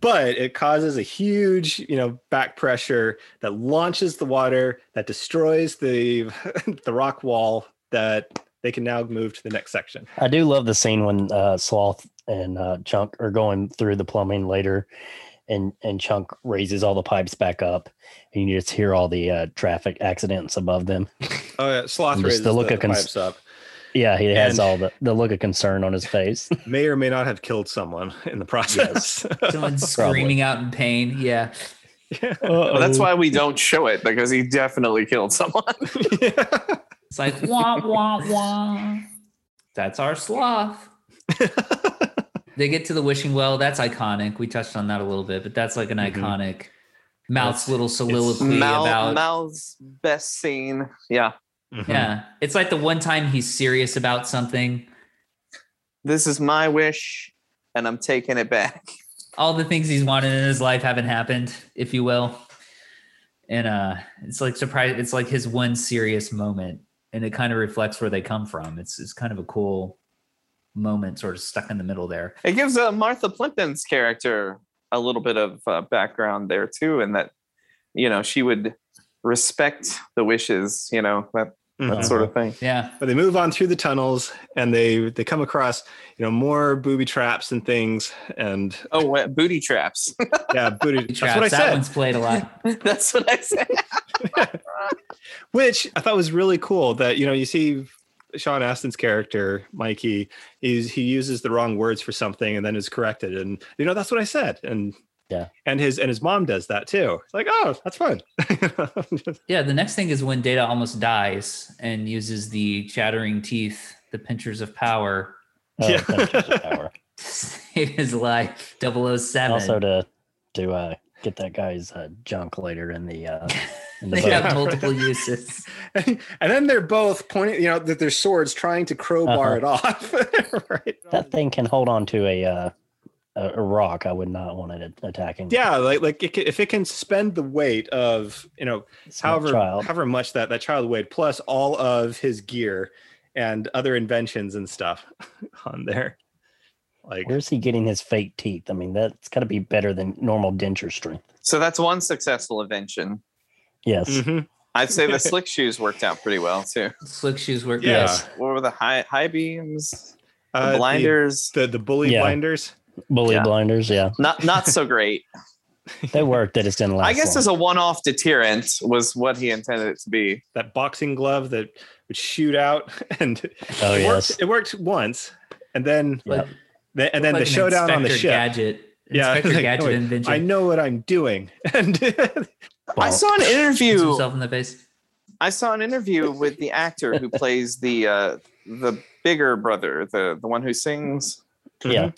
Speaker 1: but it causes a huge you know back pressure that launches the water that destroys the the rock wall that they can now move to the next section
Speaker 3: I do love the scene when uh, Sloth and uh, Chunk are going through the plumbing later, and and Chunk raises all the pipes back up, and you just hear all the uh, traffic accidents above them.
Speaker 1: oh yeah sloth
Speaker 3: Just
Speaker 1: raises
Speaker 3: the
Speaker 1: the,
Speaker 3: look
Speaker 1: the
Speaker 3: of cons-
Speaker 1: pipes up
Speaker 3: Yeah, he has
Speaker 1: And-
Speaker 3: all the, the look of concern on his face. uh,
Speaker 1: may or may not have killed someone in the process
Speaker 2: Someone's screaming out in pain. Yeah.
Speaker 4: Well, that's why we don't show it because he definitely killed someone.
Speaker 2: It's like, wah, wah, wah. That's our sloth. they get to the wishing well. That's iconic. We touched on that a little bit, but that's like an
Speaker 1: Mhm.
Speaker 4: Mm-hmm.
Speaker 2: iconic Mouth's little soliloquy
Speaker 4: Mal,
Speaker 2: about.
Speaker 4: Mal's best scene. Yeah.
Speaker 2: yeah. It's like the one time he's serious about something.
Speaker 4: This is my wish, and I'm taking it back.
Speaker 2: all the things he's wanted in his life haven't happened, if you will. And uh it's like surprise it's like his one serious moment and it kind of reflects where they come from. It's it's kind of a cool moment sort of stuck in the middle there.
Speaker 4: It gives uh, Martha Plimpton's character a little bit of uh, background there too, and that you know she would respect the wishes, you know that that
Speaker 1: Mhm.
Speaker 4: sort of thing.
Speaker 2: Yeah.
Speaker 1: but they move on through the tunnels and they they come across you know more booby traps and things and
Speaker 4: Oh, uh, booty traps.
Speaker 1: yeah booty that's
Speaker 2: Traps.
Speaker 1: what i
Speaker 2: that
Speaker 1: said
Speaker 2: one's played a lot.
Speaker 4: That's what I said.
Speaker 1: which I thought was really cool. That you know, you see Sean Astin's character Mikey is he uses the wrong words for something and then is corrected, and you know that's what I said, and
Speaker 3: Yeah.
Speaker 1: and his and his mom does that too. It's like, oh, that's fun.
Speaker 2: Yeah, the next thing is when Data almost dies and uses the chattering teeth, the pinchers of power
Speaker 3: Uh,
Speaker 1: Yeah.
Speaker 3: Pinchers of Power.
Speaker 2: to save his life 007.
Speaker 3: Also to to uh, get that guy's uh, junk later in the uh, in the
Speaker 2: they
Speaker 3: boat.
Speaker 1: Yeah.
Speaker 2: have multiple uses.
Speaker 1: and then they're both pointing, you know, that their swords trying to crowbar it
Speaker 2: Uh-huh.
Speaker 1: off, right?
Speaker 3: That thing can hold on to a uh, a, a rock. I would not want it attacking.
Speaker 1: Yeah, like like it, ca- if it can suspend the weight of you know
Speaker 3: a small
Speaker 1: however
Speaker 3: child.
Speaker 1: however much that that child weighed plus all of his gear and other inventions and stuff on there like
Speaker 3: Where's he getting his fake teeth? I mean, that's got to be better than normal denture strength.
Speaker 4: So that's one successful invention.
Speaker 3: Yes.
Speaker 4: Mm,
Speaker 1: mhm.
Speaker 4: I'd say the slick shoes worked out pretty well too.
Speaker 2: Slick shoes work.
Speaker 1: Yeah.
Speaker 2: Yes.
Speaker 4: What were the high high beams, the
Speaker 1: Uh, the-
Speaker 4: blinders?
Speaker 1: the, the, bully
Speaker 3: Yeah.
Speaker 1: blinders
Speaker 3: Bully
Speaker 4: Yeah.
Speaker 3: blinders. Yeah.
Speaker 4: not not so great.
Speaker 3: They worked. They just didn't last.
Speaker 4: I guess
Speaker 3: long.
Speaker 4: as a one-off deterrent was what he intended it to be.
Speaker 1: that boxing glove that would shoot out and
Speaker 3: Oh,
Speaker 1: it,
Speaker 3: yes.
Speaker 1: worked, it worked once and then
Speaker 3: Yep.
Speaker 1: the, and then
Speaker 2: like
Speaker 1: the
Speaker 2: an
Speaker 1: showdown on the
Speaker 2: Inspector
Speaker 1: ship
Speaker 2: Gadget.
Speaker 1: Yeah,
Speaker 2: Inspector
Speaker 1: like,
Speaker 2: Gadget
Speaker 1: wait,
Speaker 2: invention.
Speaker 1: i know what i'm doing and
Speaker 4: I
Speaker 3: Bonk.
Speaker 4: saw an
Speaker 2: Hits
Speaker 4: interview.
Speaker 2: himself in the face.
Speaker 4: I saw an interview with the actor who plays the uh, the bigger brother, the the one who sings.
Speaker 3: Yeah.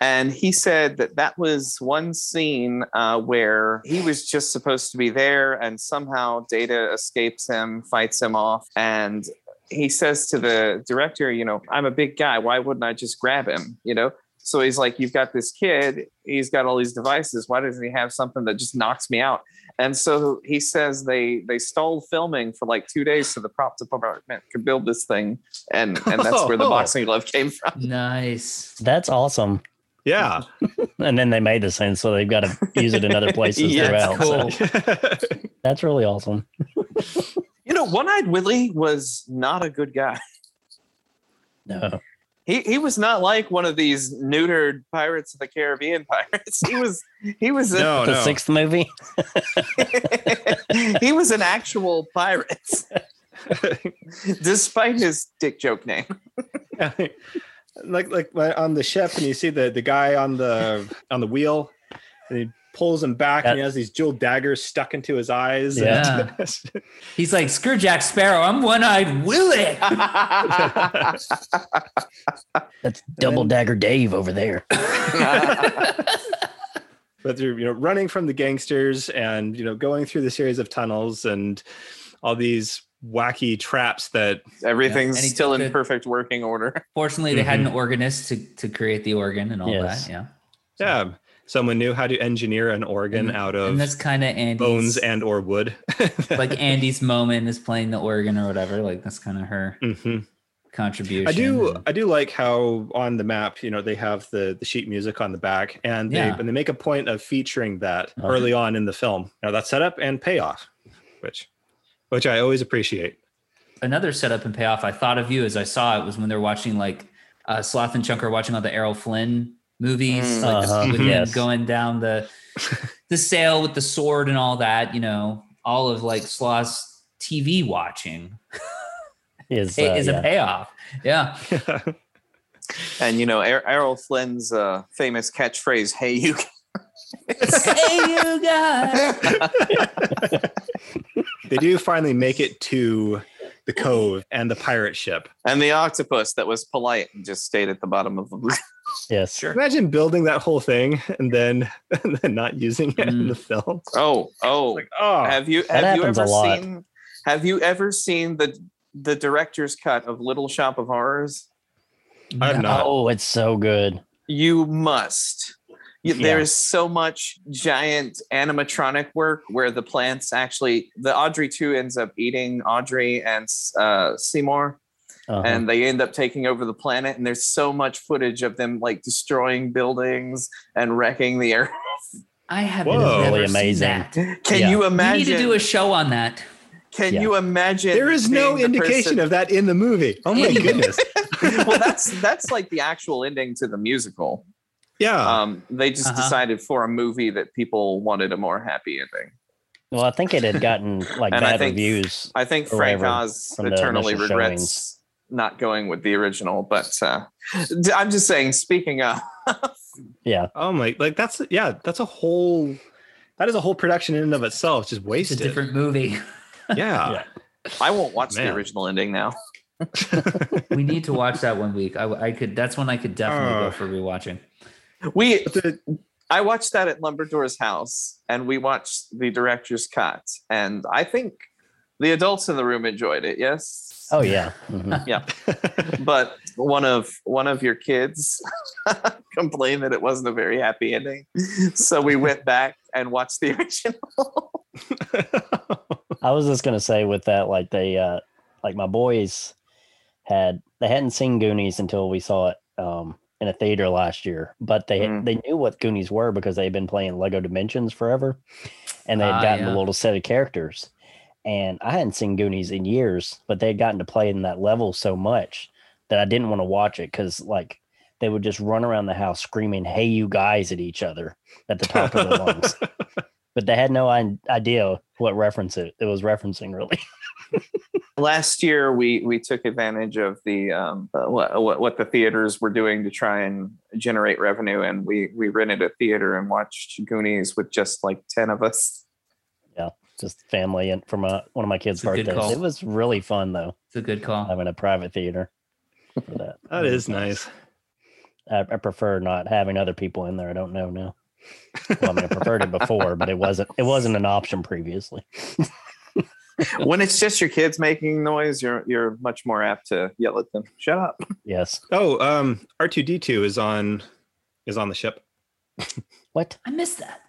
Speaker 4: And he said that that was one scene uh, where he was just supposed to be there, and somehow Data escapes him, fights him off, and he says to the director, "You know, I'm a big guy. Why wouldn't I just grab him? You know." So he's like, "You've got this kid. He's got all these devices. Why doesn't he have something that just knocks me out?" And so he says they they stalled filming for like two days so the prop department could build this thing, and and that's where the boxing glove came from.
Speaker 2: Nice.
Speaker 3: That's awesome.
Speaker 1: Yeah.
Speaker 3: And then they made this thing, so they've got to use it in other places
Speaker 4: Yeah,
Speaker 3: throughout.
Speaker 2: That's
Speaker 3: so
Speaker 2: cool.
Speaker 3: that's really awesome.
Speaker 4: You know, One Eyed Willie was not a good guy.
Speaker 3: No.
Speaker 4: He he was not like one of these neutered Pirates of the Caribbean pirates. He was he was a,
Speaker 1: no,
Speaker 3: the
Speaker 1: no.
Speaker 3: sixth movie?
Speaker 4: he was an actual pirate, despite his dick joke name.
Speaker 1: like like when- on the ship, and you see the the guy on the on the wheel, and he pulls him back, and he has these jeweled daggers stuck into his eyes.
Speaker 2: Yeah. He's like, screw Jack Sparrow. I'm one eyed Willie.
Speaker 3: That's Double Dagger Dave over there.
Speaker 1: but they're you know running from the gangsters and you know going through the series of tunnels and all these wacky traps that
Speaker 4: Everything's
Speaker 2: And he
Speaker 4: still in
Speaker 2: took a-
Speaker 4: perfect working order.
Speaker 2: Fortunately, they had
Speaker 1: Mm-hmm.
Speaker 2: an organist to, to create the organ and all
Speaker 3: Yes.
Speaker 2: that. Yeah.
Speaker 1: yeah someone knew how to engineer an organ
Speaker 2: And-
Speaker 1: out
Speaker 2: And
Speaker 1: of
Speaker 2: that's kind of Andy's
Speaker 1: bones and or wood
Speaker 2: like Andy's moment is playing the organ or whatever. Like that's kind of her
Speaker 1: hmm
Speaker 2: contribution.
Speaker 1: i do i do like how on the map you know they have the the sheet music on the back and they
Speaker 2: Yeah.
Speaker 1: and they make a point of featuring that
Speaker 3: Uh-huh.
Speaker 1: early on in the film now that's setup and payoff which which i always appreciate
Speaker 2: another setup and payoff I thought of you as I saw it was when they're watching like uh, Sloth and Chunk are watching all the Errol Flynn movies,
Speaker 4: Mm.
Speaker 2: like
Speaker 3: Uh-huh.
Speaker 2: with him
Speaker 3: Yes.
Speaker 2: going down the the sail with the sword and all that. You know, all of like Sloth's TV watching
Speaker 3: Is, uh,
Speaker 2: It is
Speaker 3: yeah.
Speaker 2: a payoff. Yeah,
Speaker 4: And you know, er- Errol Flynn's uh, famous catchphrase, "Hey, you."
Speaker 2: hey you guys.
Speaker 1: they do finally make it to the cove and the pirate ship
Speaker 4: And the octopus that was polite and just stayed at the bottom of the boot.
Speaker 3: Yes.
Speaker 1: Imagine building that whole thing and then, and then not using it in the film.
Speaker 4: Oh, oh.
Speaker 1: Like, oh,
Speaker 4: Have you
Speaker 3: That
Speaker 4: have you
Speaker 3: happens a
Speaker 4: ever
Speaker 3: lot.
Speaker 4: seen have you ever seen the the director's cut of Little Shop of Horrors?
Speaker 1: I have not.
Speaker 3: Oh, it's so good.
Speaker 4: You must. You-
Speaker 3: Yeah.
Speaker 4: There is so much giant animatronic work where the plants actually the Audrey 2 ends up eating Audrey and uh, Seymour
Speaker 3: Uh-huh.
Speaker 4: and they end up taking over the planet and there's so much footage of them like destroying buildings and wrecking the earth.
Speaker 2: I have
Speaker 1: Whoa.
Speaker 2: never
Speaker 3: Really amazing.
Speaker 2: amazing. that.
Speaker 4: Can
Speaker 3: Yeah.
Speaker 4: you
Speaker 2: We
Speaker 4: imagine
Speaker 2: need to do a show on that.
Speaker 4: Can
Speaker 3: Yeah.
Speaker 4: you imagine?
Speaker 1: there is no
Speaker 4: being the
Speaker 1: indication
Speaker 4: person-
Speaker 1: of that in the movie. Oh my goodness.
Speaker 4: well, that's that's like the actual ending to the musical.
Speaker 1: Yeah.
Speaker 4: Um, they just
Speaker 2: Uh-huh.
Speaker 4: decided for a movie that people wanted a more happy ending.
Speaker 3: well, I think it had gotten like
Speaker 4: And I
Speaker 3: bad
Speaker 4: think-
Speaker 3: reviews.
Speaker 4: I think
Speaker 3: Or
Speaker 4: Frank
Speaker 3: whatever,
Speaker 4: Oz
Speaker 3: from the
Speaker 4: eternally
Speaker 3: initial
Speaker 4: regrets not going with the original, but uh, d- I'm just saying. Speaking of,
Speaker 3: Yeah.
Speaker 1: oh my, like that's, yeah, that's a whole, that is a whole production in and of itself, just
Speaker 2: It's a
Speaker 1: wasted.
Speaker 2: different movie.
Speaker 1: yeah.
Speaker 3: Yeah.
Speaker 4: I
Speaker 3: Oh,
Speaker 4: won't watch
Speaker 1: Man.
Speaker 4: the original ending now.
Speaker 2: we need to watch that one week. I, I could. That's one I could definitely
Speaker 1: Oh.
Speaker 2: go for rewatching.
Speaker 4: We,
Speaker 1: But the-
Speaker 4: I watched that at Lumberdore's house, and we watched the director's cut, and I think the adults in the room enjoyed it. Yes.
Speaker 3: Oh, yeah. Mhm.
Speaker 4: but one of one of your kids complained that it wasn't a very happy ending so we went back and watched the original
Speaker 3: I was just gonna say with that, like they, uh like my boys had they hadn't seen Goonies until we saw it um in a theater last year, but they
Speaker 2: Mm-hmm.
Speaker 4: Mm.
Speaker 3: they knew what Goonies were because they had been playing Lego Dimensions forever, and they had
Speaker 2: Ah,
Speaker 3: gotten
Speaker 2: yeah.
Speaker 3: the little set of characters. And I hadn't seen Goonies in years, but they had gotten to play in that level so much that I didn't want to watch it because like they would just run around the house screaming "Hey, you guys!" at each other at the top of their lungs. But they had no i- idea what reference it, it was referencing, really.
Speaker 4: last year we we took advantage of the um uh, what, what what the theaters were doing to try and generate revenue and we we rented a theater and watched goonies with just like 10 of us
Speaker 3: Just family and from a, one of my
Speaker 2: It's
Speaker 3: kids'
Speaker 2: a good
Speaker 3: birthdays.
Speaker 2: call.
Speaker 3: It was really fun though,
Speaker 2: It's a good call.
Speaker 3: having a private theater for that.
Speaker 1: that is nice.
Speaker 3: I, I prefer not having other people in there. I don't know now. Well, I mean, I preferred it before, but it wasn't it wasn't an option previously.
Speaker 4: when it's just your kids making noise, you're you're much more apt to yell at them. Shut up.
Speaker 3: Yes.
Speaker 1: Oh, um, R two D two is on is on the ship.
Speaker 3: What?
Speaker 2: I missed that.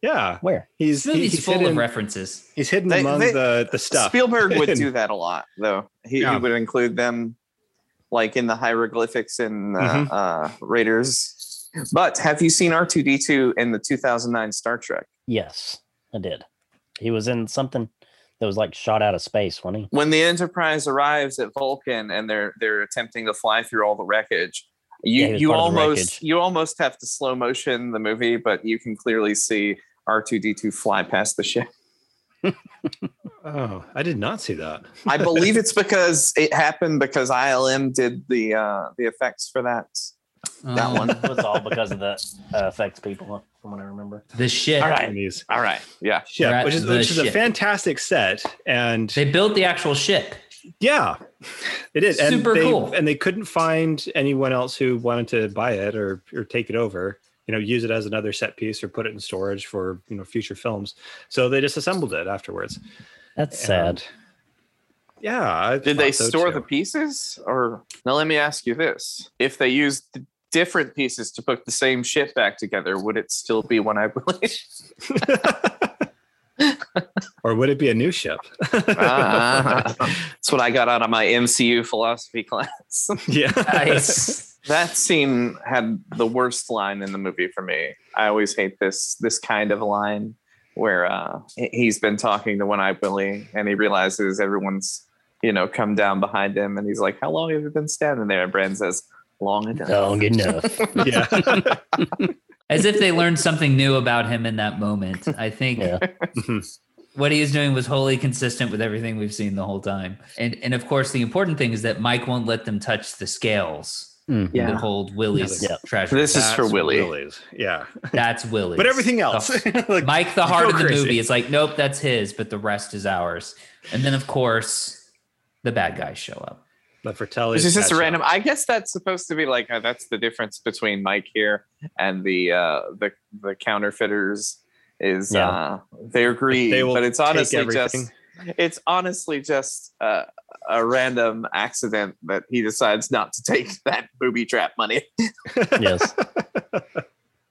Speaker 1: Yeah,
Speaker 3: Where?
Speaker 1: he's
Speaker 2: This movie's
Speaker 1: he's
Speaker 2: full
Speaker 1: hidden,
Speaker 2: of references.
Speaker 1: he's hidden
Speaker 4: They-
Speaker 1: among
Speaker 4: they-
Speaker 1: the the stuff.
Speaker 4: Spielberg would do that a lot, though. He,
Speaker 1: Yeah.
Speaker 4: he would include them like in the hieroglyphics in uh,
Speaker 3: Mm-hmm.
Speaker 1: Mhm.
Speaker 4: uh, Raiders. But have you seen R2D2 in the 2009 Star Trek?
Speaker 3: Yes, I did. He was in something that was like shot out of space, wasn't he?
Speaker 4: When the Enterprise arrives at Vulcan and they're they're attempting to fly through all the wreckage, you,
Speaker 3: Yeah, he was
Speaker 4: you
Speaker 3: part of the
Speaker 4: almost
Speaker 3: wreckage.
Speaker 4: you almost have to slow motion the movie, but you can clearly see R2D2 fly past the ship.
Speaker 1: Oh, I did not see that.
Speaker 4: I believe it's because it happened because ILM did the uh, the effects for that. That
Speaker 2: Oh,
Speaker 4: one.
Speaker 3: It was all because of the uh, effects people, from what I remember.
Speaker 2: The ship.
Speaker 4: All right.
Speaker 1: These
Speaker 4: All right. Yeah.
Speaker 1: ship,
Speaker 2: Rat-
Speaker 1: which is
Speaker 2: the
Speaker 1: which is a
Speaker 2: ship.
Speaker 1: fantastic set, and
Speaker 2: They built the actual ship.
Speaker 1: yeah, it is and
Speaker 2: Super
Speaker 1: they,
Speaker 2: cool.
Speaker 1: And they couldn't find anyone else who wanted to buy it or or take it over. You know, use it as another set piece or put it in storage for you know future films. So they disassembled it afterwards.
Speaker 3: That's sad.
Speaker 1: And- yeah. I
Speaker 4: Did they
Speaker 1: thought so
Speaker 4: store
Speaker 1: too.
Speaker 4: the pieces? Or now let me ask you this. If they used d- different pieces to put the same ship back together, would it still be one I believe?
Speaker 1: or would it be a new ship?
Speaker 4: Ah, that's what I got out of my MCU philosophy class.
Speaker 1: yeah.
Speaker 2: Nice.
Speaker 4: that scene had the worst line in the movie for me. I always hate this this kind of line where uh, he- he's been talking to One Eye Willie and he realizes everyone's you know come down behind him and he's like, "How long have you been standing there?" And Brand says, "Long enough."
Speaker 3: Long enough.
Speaker 1: yeah.
Speaker 2: As if they learned something new about him in that moment. I think
Speaker 3: Yeah.
Speaker 2: what he was doing was wholly consistent with everything we've seen the whole time. And and of course, the important thing is that Mike won't let them touch the scales
Speaker 3: Mm.
Speaker 2: that hold Willie's
Speaker 3: Yeah.
Speaker 2: treasure.
Speaker 4: This is
Speaker 1: That's
Speaker 4: for Willie.
Speaker 1: Willie's. Yeah.
Speaker 2: That's Willie's.
Speaker 1: But everything
Speaker 2: The-
Speaker 1: else. like,
Speaker 2: Mike, the heart
Speaker 1: Go
Speaker 2: of the
Speaker 1: crazy.
Speaker 2: movie, is like, nope, that's his, but the rest is ours. And then, of course, the bad guys show up.
Speaker 1: but for Telly.
Speaker 4: This is just a random. I guess that's supposed to be like uh, that's the difference between Mike here and the uh, the the counterfeiters is
Speaker 3: Yeah.
Speaker 4: uh, their greed,
Speaker 1: They will
Speaker 4: but it's honestly
Speaker 1: everything.
Speaker 4: just it's honestly just uh, a random accident that he decides not to take that booby trap money.
Speaker 3: Yes.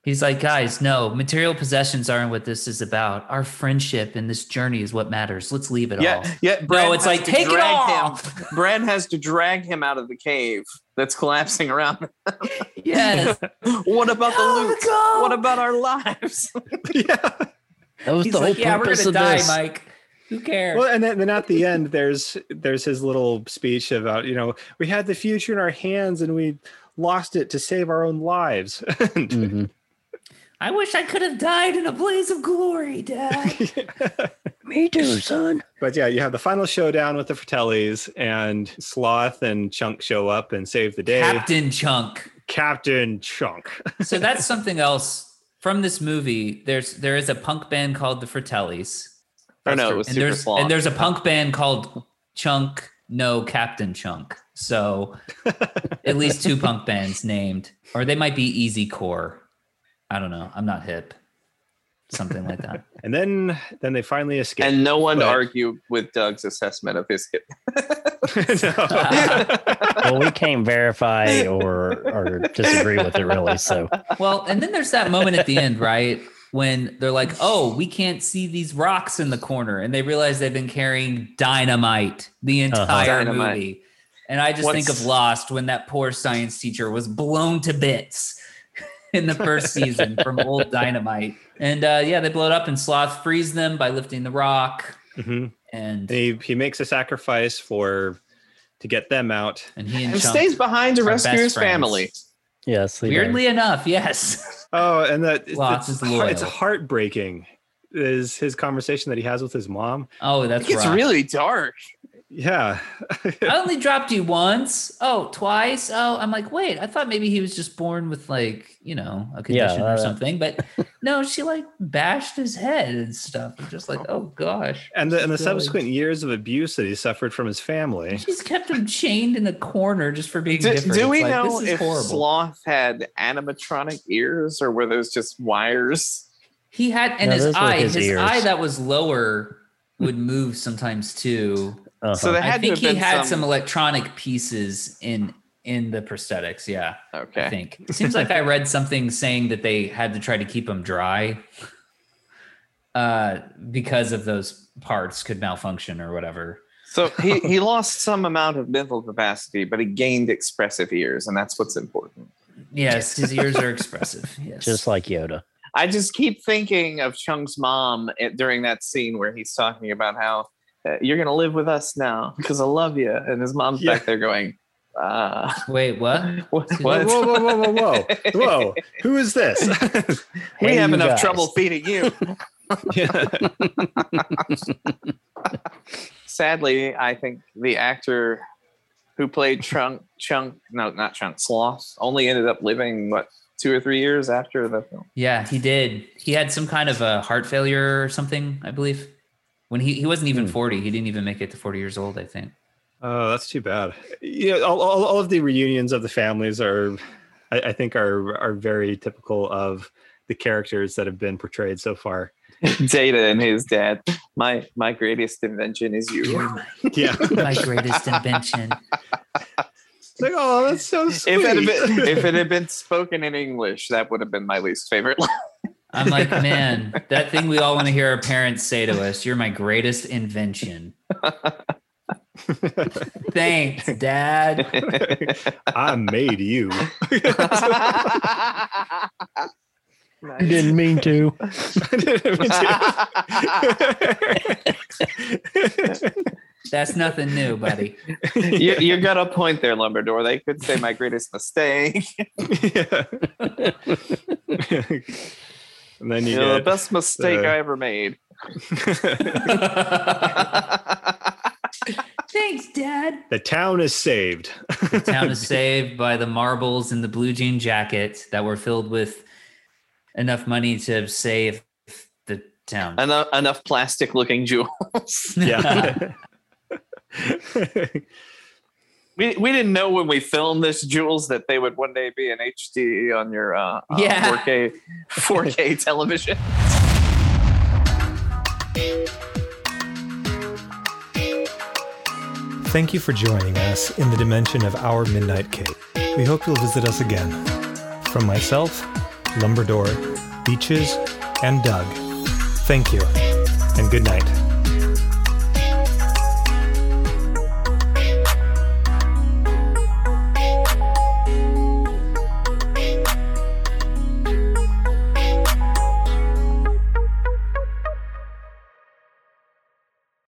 Speaker 2: He's like, guys, no, material possessions aren't what this is about. Our friendship and this journey is what matters. Let's leave it all.
Speaker 4: Yeah, yeah.
Speaker 2: No, it's like, take it all.
Speaker 4: Brad has to drag him out of the cave that's collapsing around. them.
Speaker 2: Yes.
Speaker 4: What about the
Speaker 2: No,
Speaker 4: loot?
Speaker 2: go.
Speaker 4: What about our lives?
Speaker 1: yeah.
Speaker 3: That was
Speaker 2: He's
Speaker 3: the whole
Speaker 2: like, yeah, we're
Speaker 3: purpose
Speaker 2: gonna
Speaker 3: of
Speaker 2: die,
Speaker 3: this.
Speaker 2: Mike. Who cares?
Speaker 1: Well, and then, then at the end, there's there's his little speech about you know we had the future in our hands and we lost it to save our own lives.
Speaker 3: Mhm.
Speaker 2: I wish I could have died in a blaze of glory, Dad.
Speaker 3: Me too, son.
Speaker 1: But yeah, you have the final showdown with the Fratellis, and Sloth and Chunk show up and save the day.
Speaker 2: Captain Chunk.
Speaker 1: Captain Chunk.
Speaker 2: so that's something else from this movie. There's there is a punk band called the Fratellis,
Speaker 4: Oh
Speaker 1: That's
Speaker 4: no, it
Speaker 1: true.
Speaker 4: was
Speaker 2: and
Speaker 4: super
Speaker 2: there's
Speaker 4: sloth.
Speaker 2: and there's a punk band called Chunk No Captain Chunk. So at least two punk bands named, or they might be Easy Core. I don't know. I'm not hip. Something like that.
Speaker 1: And then then they finally escape.
Speaker 4: and no one to
Speaker 1: But-
Speaker 4: argue with Doug's assessment of his hit.
Speaker 1: No.
Speaker 3: Well, we can't verify or or disagree with it really. So
Speaker 2: Well, and then there's that moment at the end, right? When they're like, oh, we can't see these rocks in the corner. And they realize they've been carrying dynamite the
Speaker 3: Uh-huh.
Speaker 2: entire
Speaker 4: Dynamite.
Speaker 2: movie. And I just think
Speaker 4: What's-
Speaker 2: of Lost when that poor science teacher was blown to bits in the first season from old dynamite. And uh, yeah, they blow it up, and Sloth frees them by lifting the rock.
Speaker 1: Mhm. And
Speaker 2: And,
Speaker 1: he he makes a sacrifice for to get them out.
Speaker 2: and he and
Speaker 4: And
Speaker 2: Chunk
Speaker 4: stays behind to
Speaker 2: are
Speaker 4: rescue
Speaker 2: best
Speaker 4: his
Speaker 2: friends.
Speaker 4: family.
Speaker 3: yes, we
Speaker 2: Weirdly enough, yes.
Speaker 1: Oh, and that it's-
Speaker 2: Lots
Speaker 1: it's,
Speaker 2: is
Speaker 1: heart- it's
Speaker 2: loyal.
Speaker 1: heartbreaking. Is his conversation that he has with his mom?
Speaker 2: Oh, that's
Speaker 4: It gets
Speaker 2: right.
Speaker 4: really dark.
Speaker 1: Yeah.
Speaker 2: I only dropped you once. Oh, twice. Oh, I'm like, wait, I thought maybe he was just born with like, you know, a condition
Speaker 3: uh,
Speaker 2: or something. But no, she like bashed his head and stuff. I'm just like, oh gosh.
Speaker 1: And the, and the
Speaker 2: Really?
Speaker 1: subsequent years of abuse that he suffered from his family.
Speaker 2: She's kept him chained in a corner just for being
Speaker 4: Do,
Speaker 2: different.
Speaker 4: do
Speaker 2: It's
Speaker 4: we
Speaker 2: like,
Speaker 4: know
Speaker 2: this is
Speaker 4: if
Speaker 2: horrible.
Speaker 4: Sloth had animatronic ears or were those just wires?
Speaker 2: he had and
Speaker 3: No,
Speaker 2: his
Speaker 3: those were
Speaker 2: eye,
Speaker 3: his
Speaker 2: his,
Speaker 3: ears.
Speaker 2: eye that was lower would move sometimes too.
Speaker 3: Uh-huh.
Speaker 4: So there had
Speaker 2: I
Speaker 4: to
Speaker 2: think
Speaker 4: have
Speaker 2: he
Speaker 4: been
Speaker 2: had some...
Speaker 4: some
Speaker 2: electronic pieces in in the prosthetics. Yeah, I
Speaker 4: Okay.
Speaker 2: think. It seems like I read something saying that they had to try to keep him dry uh, because of those parts could malfunction or whatever.
Speaker 4: So he, he lost some amount of mental capacity, but he gained expressive ears, and that's what's important.
Speaker 2: Yes, his ears are expressive. Yes,
Speaker 3: just like Yoda.
Speaker 4: I just keep thinking of Chung's mom at, during that scene where he's talking about how uh, you're going to live with us now because I love you. And his mom's
Speaker 1: Yeah.
Speaker 4: back there going, uh,
Speaker 2: wait, what?
Speaker 4: what?
Speaker 1: Whoa,
Speaker 4: what?
Speaker 1: whoa, whoa, whoa, whoa, whoa. Whoa. Who is this?
Speaker 4: We
Speaker 3: Hey,
Speaker 4: have
Speaker 3: you
Speaker 4: enough
Speaker 3: guys.
Speaker 4: trouble feeding you.
Speaker 1: yeah.
Speaker 4: Sadly, I think the actor who played Chunk, Chunk, no, not Chunk, Sloth, only ended up living, what, two or three years after the film?
Speaker 2: Yeah, he did. He had some kind of a heart failure or something, I believe. When he, he wasn't even
Speaker 3: Hmm.
Speaker 2: 40, he didn't even make it to 40 years old, I think.
Speaker 1: Oh, that's too bad. Yeah, all, all, all of the reunions of the families are, I, I think, are are very typical of the characters that have been portrayed so far.
Speaker 4: Data and his dad. My my greatest invention is you.
Speaker 2: You're
Speaker 1: Yeah,
Speaker 2: my greatest invention.
Speaker 1: It's like oh, that's so sweet.
Speaker 4: If it, had been, if it had been spoken in English, that would have been my least favorite line.
Speaker 2: I'm like, man, that thing we all want to hear our parents say to us, you're my greatest invention. Thanks, Dad.
Speaker 1: I made you.
Speaker 4: Nice.
Speaker 3: mean to.
Speaker 2: That's nothing new, buddy.
Speaker 4: you, you got a point there, Lumberdor. They could say my greatest mistake.
Speaker 1: Yeah. and then you
Speaker 4: You know, the
Speaker 1: get
Speaker 4: best mistake
Speaker 1: Uh,
Speaker 4: I ever made.
Speaker 2: Thanks, Dad.
Speaker 1: the town is saved.
Speaker 2: Town is saved by the marbles in the blue jean jacket that were filled with enough money to save the town.
Speaker 4: enough, enough plastic looking jewels.
Speaker 1: yeah.
Speaker 4: we, we didn't know when we filmed this jewels that they would one day be in HD on your uh, uh,
Speaker 2: Yeah.
Speaker 4: 4K 4K television.
Speaker 5: Thank you for joining us in the dimension of our Midnight Cake. We hope you'll visit us again. From myself, Lumberdor, Beaches, and Doug, thank you, and good night.